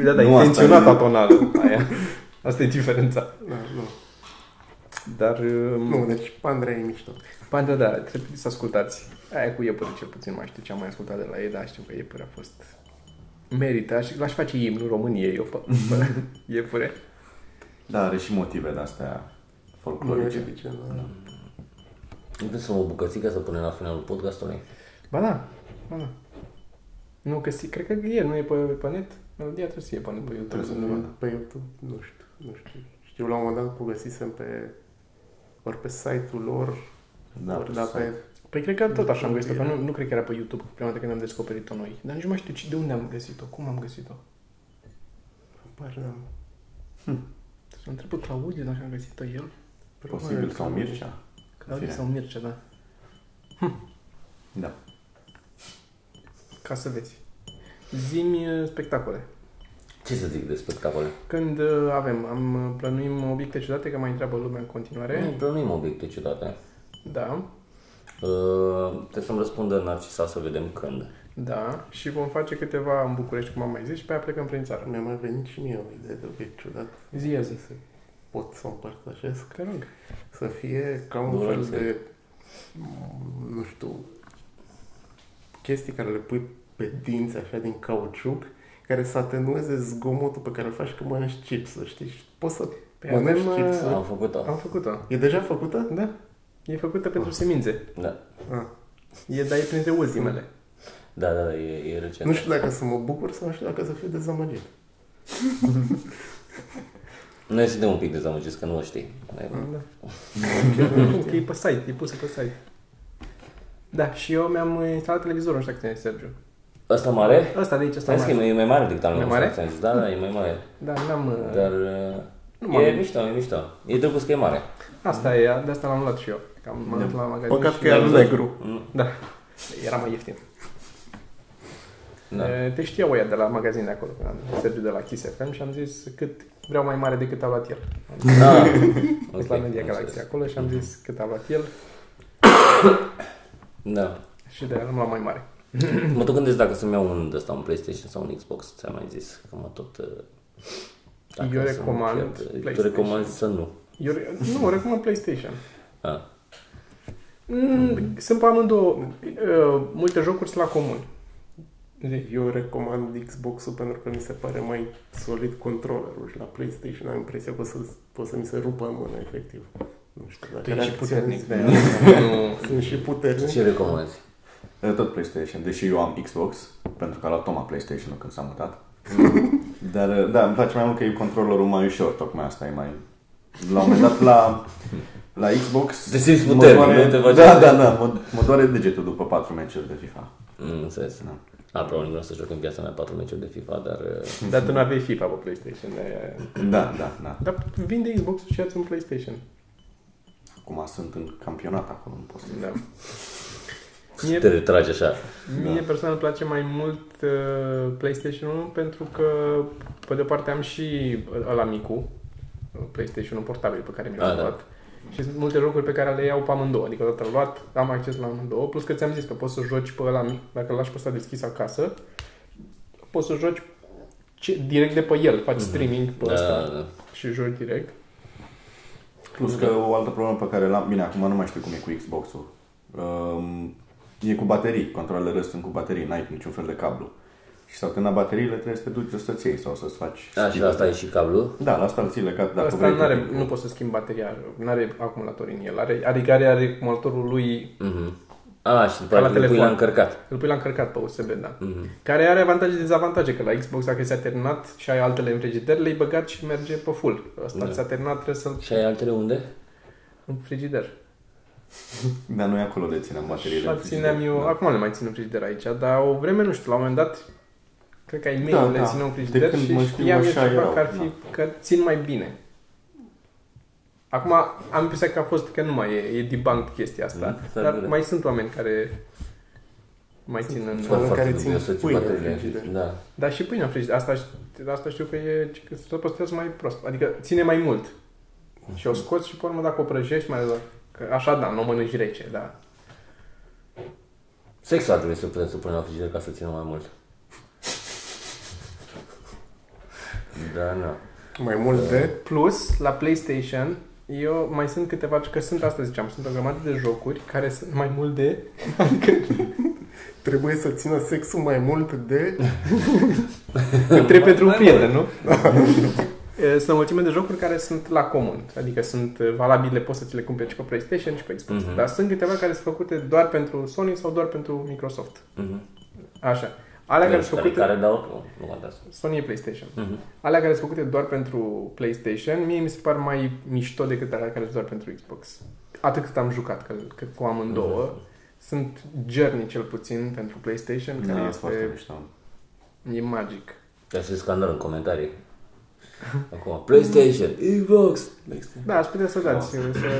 S1: Da, da,
S3: Nu asta
S1: intenționat
S3: e-
S1: atonală aia. Asta e diferența.
S4: Da, nu.
S1: Dar,
S4: Nu, deci Andrei e mișto.
S1: Panda, da, trebuie să ascultați. Aia cu Iepure cel puțin mai știu ce am mai ascultat de la ei, dar știu că Iepure a fost... Merită, aș, l-aș face imnul României, eu, pe, [LAUGHS] pe Iepure.
S3: Da, are și motive de-astea
S4: Nu e
S3: folclorice.
S4: ridice, da.
S2: Vrem să o bucățică să punem la finalul podcastului?
S1: Ba da, ba da. Nu, că si, cred că e, nu e pe, pe net. Melodia trebuie să fie pe net pe YouTube.
S3: Trebuie să
S4: Nu,
S3: fie,
S4: pe YouTube, nu știu, nu știu. Știu, la un moment dat o găsisem pe ori pe site-ul lor,
S3: Da,
S4: ori da, pe...
S1: Păi cred că tot așa am găsit-o, că nu, nu cred că era pe YouTube prima dată când am descoperit-o noi. Dar nici nu mai știu ci- de unde am găsit-o, cum am găsit-o.
S4: Habar n-am.
S1: Hm. S-a întrebat Claudiu dacă am găsit-o el.
S3: posibil,
S4: Probabil
S3: sau
S1: da.
S4: că-
S3: Mircea.
S1: Claudiu
S3: Fine.
S1: sau Mircea, da.
S3: Da.
S1: Ca să vezi. Zimi uh, spectacole.
S2: Ce să zic de spectacole?
S1: Când uh, avem, am uh, plănuim obiecte ciudate, că mai întreabă lumea în continuare.
S3: Mm.
S2: Nu, nu e obiecte ciudate.
S1: Da,
S2: Uh, trebuie să-mi răspundă Narcisa să vedem când.
S1: da. Și vom face câteva în București, cum am mai zis, și pe aia plecăm prin țară.
S4: Mi-a mai venit și mie o idee de obiect ciudat.
S1: Zi, ia zi.
S4: Pot să împărtășesc.
S1: Te rog.
S4: Să fie ca un
S2: Doar
S4: fel
S2: să-
S4: de, m, nu știu, chestii care le pui pe dinți așa din cauciuc, care să atenueze zgomotul pe care îl faci când mănânci chips, știi? Și poți să
S1: Păi
S4: mănânci
S1: avem,
S4: chips.
S1: Da.
S2: Am făcut-o.
S1: Am făcut-o.
S4: E deja făcută?
S1: Da. E făcută
S4: Oh.
S1: pentru semințe.
S2: Da,
S4: Ah.
S1: E, dar e printre ultimele.
S2: da, da, da e, e recent.
S4: Nu știu dacă să mă bucur sau nu știu dacă să fiu dezamăgit.
S2: Noi suntem un pic dezamăgiți că nu o știi. Dar-
S4: Mm.
S1: Da. că e pe site, e pusă pe site. Da, și eu mi-am instalat televizorul, nu știu dacă ți-ai Sergiu.
S2: Ăsta mare?
S1: Ăsta de aici, ăsta
S2: Stai că
S1: mare.
S2: e mai mare decât al
S1: Mai
S2: meu,
S1: mare?
S2: ți-am zis. Da, da, e mai mare.
S1: Da, n-am... uh,
S2: Dar uh,
S1: m-am
S2: e
S1: gândit.
S2: mișto, e mișto. E drăguț că e mare.
S1: uh, Asta e, de asta l-am luat și eu. Că am m-am dus la magazin
S4: Da. Păcat
S1: și...
S4: că e al negru.
S1: Da, era mai ieftin.
S2: Da.
S1: E, Te știau ăia de la magazin de acolo, când am Sergiu de la Kiss FM și am zis cât vreau mai mare decât a luat el.
S2: Da.
S1: Am okay, la Media Galaxy acolo și am
S2: Mhm.
S1: zis cât a luat el
S2: Da.
S1: și de aia l-am luat mai mare.
S2: Mă tot gândesc dacă să-mi iau un de ăsta, un PlayStation sau un Xbox, ți-am mai zis. Că mă tot... uh, dacă
S1: Eu
S2: să mă
S1: recomand
S2: pierd.
S1: PlayStation.
S2: Eu recomand să nu.
S1: Eu, nu, recomand PlayStation.
S2: Ah.
S1: Mm, sunt pe amândouă. Uh, multe jocuri sunt la
S2: [LAUGHS]
S1: comun. Zi.
S4: Eu recomand Xbox-ul pentru că mi se pare mai solid controllerul și la PlayStation am impresia că o să, o să mi se rupă în mână, efectiv. Nu știu
S1: Tu
S4: dacă
S1: ești și
S4: reacționez
S1: puternic.
S4: [LAUGHS] bine.
S1: Nu.
S4: Sunt și puternic.
S2: Ce recomanzi?
S3: Eh, Tot PlayStation, deși eu am Xbox, pentru că a luat Toma PlayStation când s-a mutat. Dar, da, îmi place mai mult că e controllerul mai ușor, tocmai asta e mai... La un moment dat la, la Xbox...
S2: Te simți
S3: mă
S2: puternic,
S3: doare-
S2: nu te faci
S3: Da,
S2: asta.
S3: da, da, mă, mă doare degetul după patru meciuri de FIFA.
S2: Mm, înțeles.
S3: Da.
S2: A, probabil nu o să joc în viața mea patru meciuri de FIFA, dar... uh,
S1: Dar tu nu aveai FIFA pe PlayStation. de aia e.
S3: Da, da, da.
S1: Dar vinde Xbox-ul și ia-ți un PlayStation.
S3: Acum sunt în campionat acolo, nu pot să...
S1: Da.
S2: Te
S1: Mie,
S2: retragi așa. Da.
S1: mie personal îmi place mai mult uh, PlayStation 1 pentru că, pe de parte, am și ăla micu, uh, PlayStation 1 portabil pe care mi
S2: Ah,
S1: l-am
S2: da.
S1: luat. Și sunt multe jocuri pe care le iau pe amândouă, adică odată l-am luat, am acces la amândouă, plus că ți-am zis că poți să joci pe ăla mic, dacă îl lași pe ăsta deschis acasă, poți să joci ce, direct de pe el, faci streaming pe
S2: Da,
S1: ăsta
S2: da, da.
S1: și joci direct.
S3: Plus că o altă problemă pe care l-am... Bine, acum nu mai știu cum e cu Xbox-ul. Um, e cu baterii. Controlele rest sunt cu baterii. N-ai niciun fel de cablu. Și s-au terminat bateriile, trebuie să te duci să-ți iei sau să-ți faci...
S2: A, Da, și la asta e și cablu.
S3: Da, la asta îl ții legat dacă
S1: Asta
S3: vrei.
S1: nu are, nu poți să schimbi bateria, nu are acumulator în el, are, adică are, are acumulatorul lui,
S2: Mhm. A, și după
S1: Ca la
S2: aceea îl pui
S1: telefon.
S2: la încărcat. Mhm.
S1: îl pui la încărcat pe USB, da. Mm-hmm. Care are avantaje și dezavantaje, că la Xbox dacă ți-a terminat și ai altele în frigider, le-ai băgat și merge pe full. Asta
S3: Da.
S1: ți-a terminat, trebuie să-l
S2: Și ai altele unde?
S1: în frigider.
S3: Dar noi acolo le ținem bateriile. Da.
S1: Și
S3: în
S1: la țineam
S3: frigider.
S1: eu, acum le mai țin în frigider aici, dar o vreme, nu știu, la un moment dat, cred că ai mei
S3: Da,
S1: le
S3: da.
S1: țineau în
S3: De
S1: frigider
S3: când
S1: și
S3: mă știu,
S1: știam eu
S3: așa
S1: ceva
S3: erau, Da.
S1: că ar fi, că țin mai bine. Acum am impresia că a fost, că nu mai e, e debunked chestia asta,
S2: Mm, s-ar
S3: Da,
S1: dar
S2: putea.
S1: mai sunt oameni care mai țin în...
S2: Foarte
S4: Oameni care
S2: dubios
S4: țin
S2: să ții
S4: pâine în
S2: bateriile.
S4: frigider.
S2: Da.
S1: Dar și pâinea în frigider, asta, ș- asta știu că e, că se tot păstrează mai prost, adică ține mai mult. Și o scoți și pe urmă dacă o prăjești, mai ales că așa da, nu o mănânci rece, da.
S2: Sexul ar trebui să putem să punem la frigider ca să țină mai mult. Da, nu.
S4: Mai mult de...
S1: Plus, la PlayStation, eu mai sunt câteva, că sunt asta ziceam, sunt o grămadă de jocuri care sunt mai mult
S2: [LAUGHS]
S1: de... Adică
S4: Trebuie să țină sexul mai mult de...
S1: trebuie pentru un prieten, nu?
S2: [LAUGHS]
S1: E, sunt o mulțime de jocuri care sunt la comun, adică sunt e, valabile, poți să ți le cumperi și pe PlayStation și pe Xbox,
S2: Mhm.
S1: dar sunt câteva care sunt făcute doar pentru Sony sau doar pentru Microsoft.
S2: Mhm.
S1: Așa. Alea care sunt făcute...
S2: Păi Care dau... Nu, nu contează.
S1: Sony e PlayStation.
S2: Mhm.
S1: Alea care sunt făcute doar pentru PlayStation, mie mi se par mai mișto decât alea care sunt doar pentru Xbox. Atât cât am jucat, că, că cu amândouă.
S2: Mm-hmm.
S1: Sunt Journey cel puțin pentru PlayStation, care
S3: Da, foarte
S1: este
S3: mișto.
S1: e magic.
S2: Trebuie să scandal în comentarii. [LAUGHS] Acum, PlayStation, Xbox.
S1: Da, aș putea să dați, să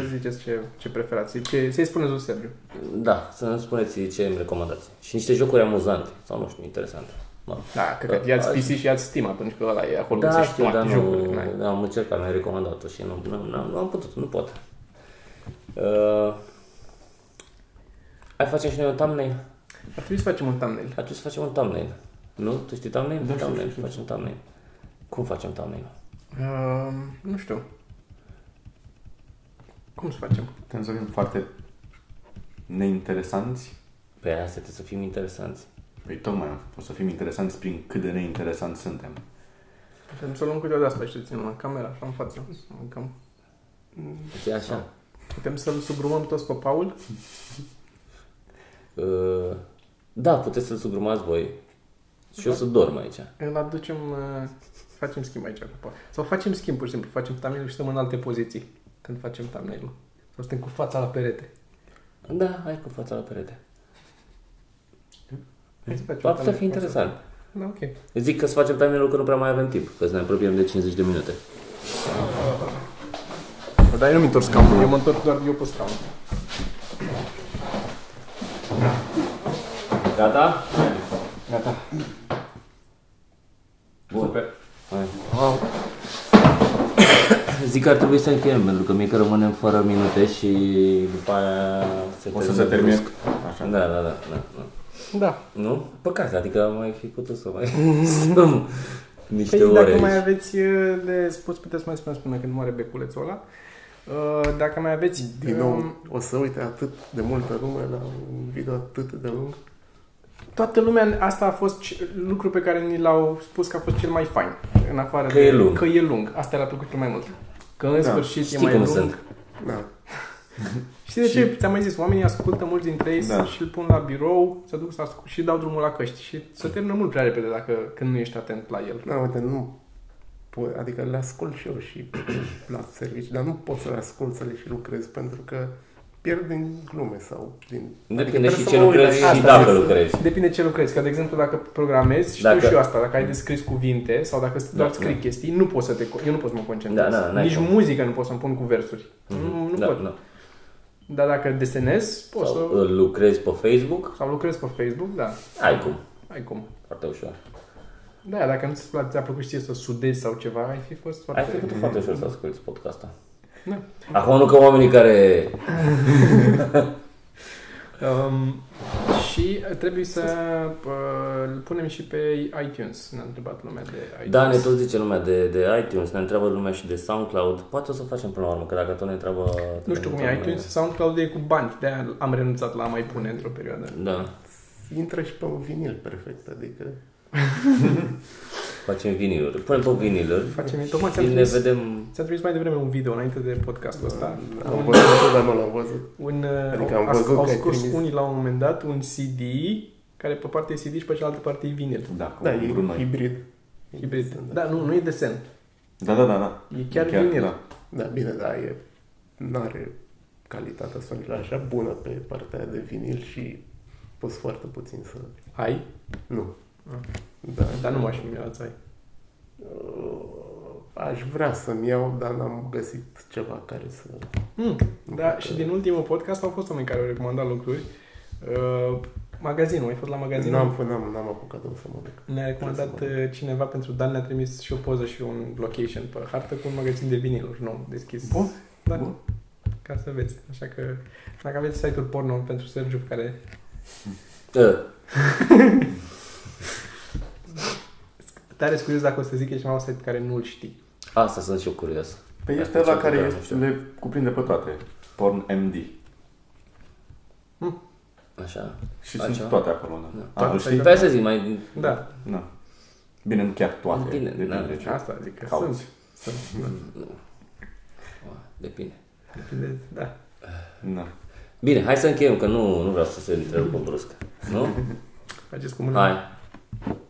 S1: ziceți ce, ce preferați, ce, să-i spuneți lui Sergiu.
S2: Da, să ne spuneți ce îmi recomandați. Și niște jocuri amuzante, sau nu știu, interesante. Mă rog.
S1: Da, că, că ia-ți PC și ia-ți Steam atunci că ăla e acolo,
S2: Da,
S1: găsești
S2: știu, dar
S1: toate jocurile.
S2: nu,
S1: n-ai.
S2: da, am încercat, mi-ai recomandat-o și nu, nu, nu, nu am putut, nu pot. Uh, hai facem și noi un thumbnail?
S1: Ar trebui să facem un thumbnail.
S2: Hai tu să facem un thumbnail. Nu? Tu știi thumbnail?
S3: Da, știu,
S2: thumbnail,
S3: știu,
S2: facem thumbnail. Cum facem thumbnail?
S1: Uh, nu știu. Cum să facem?
S3: Putem să fim foarte neinteresanți.
S2: Pe asta Păi trebuie să fim interesanți.
S3: Păi tocmai o să fim interesanți prin cât de neinteresanți suntem.
S1: Putem să luăm câteva de asta și să ținem la camera, așa în față. să mâncăm.
S2: Deci așa.
S1: Putem să-l subrumăm toți pe Paul?
S2: Uh, da, puteți să-l subrumați voi. Și eu să dorm aici.
S1: Îl aducem, uh, facem schimb aici cu Paul. Sau facem schimb, pur și simplu. Facem thumbnail și stăm în alte poziții când facem thumbnail-ul. Sau suntem cu fața la perete.
S2: Da, hai cu fața la perete.
S1: Hai să facem
S2: Ar
S1: thumbnail
S2: putea fi
S1: cu
S2: interesant.
S1: fața. Da, ok.
S2: Zic că să facem timerul că nu prea mai avem timp, că să ne apropiem de 50 de minute.
S1: Dar eu nu-mi întorc scaunul. Eu mă întorc doar eu pe scaun.
S2: Gata?
S3: Gata.
S2: Bun.
S1: Super.
S2: Hai. [COUGHS] Zic că ar trebui să încheiem, pentru că mie că rămânem fără minute și după aia se
S3: O să se termine.
S2: brusc.
S3: Așa.
S2: Da, da, da, da, da.
S1: Da.
S2: Nu? Păcat, adică am mai fi putut să
S1: [LAUGHS]
S2: mai stăm niște
S1: Păi,
S2: ore
S1: dacă
S2: aici.
S1: mai aveți uh, de spus, puteți mai spuneți până când moare beculețul ăla. Uh, Dacă mai aveți...
S4: Din
S1: um,
S4: nou, o să uite atât de multă lume la un video atât de lung.
S1: Toată lumea, asta a fost ce- lucru pe care ni l-au spus că a fost cel mai fain. În afară
S2: Că
S1: de,
S2: e lung.
S1: Că e lung. Asta le-a plăcut cel mai mult. Că în
S3: Da.
S1: sfârșit e
S2: Știi
S1: mai
S2: cum
S1: lung.
S2: sunt.
S4: Da.
S1: Știi de ce? Ți-am mai zis, oamenii ascultă mulți dintre ei
S3: Da.
S1: da. și îl pun la birou, se duc să ascult și dau drumul la căști. Și se termină mult prea repede dacă când nu ești atent la el.
S4: Da, uite, nu pot, adică [CLEARS THROAT] le ascult și eu și la servici, dar nu pot să le ascult, să le și lucrez, pentru că pierd din glume sau din... adică
S2: Depinde
S4: trebuie
S2: adică și
S4: să
S2: ce
S4: mă uit la
S2: lucrezi și
S4: asta,
S2: dacă
S4: să-
S2: lucrezi.
S1: Depinde ce lucrezi, că de exemplu dacă programezi, știu
S2: Dacă-
S1: și eu asta, dacă ai de scris cuvinte sau dacă doar
S2: Da,
S1: scrii
S2: da.
S1: chestii, nu pot să te, eu nu pot să mă concentrez.
S2: Da, da, n-ai
S1: Nici
S2: cum.
S1: muzică nu pot să-mi pun cu versuri. Nu, nu
S2: da,
S1: pot.
S2: Da.
S1: Dar dacă desenez, pot
S2: Sau
S1: să...
S2: îl lucrezi pe Facebook,
S1: Sau lucrez pe Facebook, da,
S2: ai cum.
S1: ai cum.
S2: Foarte ușor.
S1: Da, dacă nu ți-a ți-a plăcut și ție să sudezi sau ceva, ai fi fost
S2: Ai
S1: foarte...
S2: făcut foarte ușor să asculti podcastul.
S1: Da.
S2: Acum nu că oamenii care...
S1: Um, și trebuie să uh, îl punem și pe iTunes. Ne-a întrebat lumea de iTunes.
S2: Da, ne tot zice lumea de, de iTunes, ne întreabă lumea și de SoundCloud. Poate o să facem până la urmă, că dacă tot ne întreabă...
S1: Nu știu cum e iTunes, SoundCloud e cu bani, de am renunțat la a mai pune într-o perioadă.
S2: Da,
S4: Intră și pe un vinil perfect, adică...
S2: facem viniluri. Punem pe viniluri
S1: Facem tocmai
S2: și
S1: ți-am
S2: ne
S1: trimis,
S2: vedem... Da,
S1: ți-am trimis mai devreme un video înainte de podcastul ăsta.
S4: Am
S1: Un,
S4: văzut, dar nu l-am văzut.
S1: un, uh,
S4: Adică
S1: au-
S4: am văzut
S1: au
S4: că ai
S1: scurs
S4: trimis.
S1: unii la un moment dat un CD care pe parte e CD și pe cealaltă parte e vinil.
S3: Da, cum
S4: Da,
S3: vrem
S4: e
S3: noi.
S4: hibrid.
S1: Hibrid. Da, nu, nu e desen.
S3: Da, da, da, da.
S1: E chiar, vinil.
S3: Da.
S4: Da, bine, da, e... N-are calitatea sonoră așa bună pe partea aia de vinil și poți foarte puțin să...
S1: Ai?
S4: Nu.
S1: Ah.
S4: Da.
S1: Dar nu m-aș fi mirat să ai.
S4: Uh, Aș vrea să-mi iau, dar n-am găsit ceva care să...
S1: Mm, da, și din ultimul podcast au fost oameni care au recomandat lucruri. Uh, magazinul, ai fost la magazin?
S4: N-am, n-am, n-am apucat să mă duc.
S1: Ne-a recomandat uh, cineva pentru Dan, ne-a trimis și o poză și un location pe hartă cu un magazin de viniluri nou deschis.
S3: Bun.
S1: Da,
S3: Bun.
S1: ca să vezi. Așa că dacă aveți site-ul porno pentru Sergiu care
S2: Da.
S1: tare sunt curios dacă o să zic că ești mai un site pe care nu-l știi.
S2: Asta sunt și eu curios.
S3: Pe
S2: Da,
S3: este la
S2: ce
S3: Păi care
S2: program,
S3: este,
S2: nu știu.
S3: le cuprinde pe toate. Porn MD.
S2: Așa.
S3: Și
S2: Altceva?
S3: sunt toate acolo, da.
S2: Da.
S3: A, îl știi?
S2: Pe să zic, mai...
S1: Da,
S3: Da. Bine, nu chiar toate.
S2: Bine,
S3: depinde
S2: da.
S3: de ce.
S1: asta zic că
S3: Cauți.
S1: sunt. sunt. da.
S2: Depinde.
S1: Depinde, da.
S3: Da.
S2: Bine, hai să încheiem, că nu, nu vreau să se întrerupă brusc. Nu?
S1: Faceți cu [LAUGHS] mâna.
S2: Hai.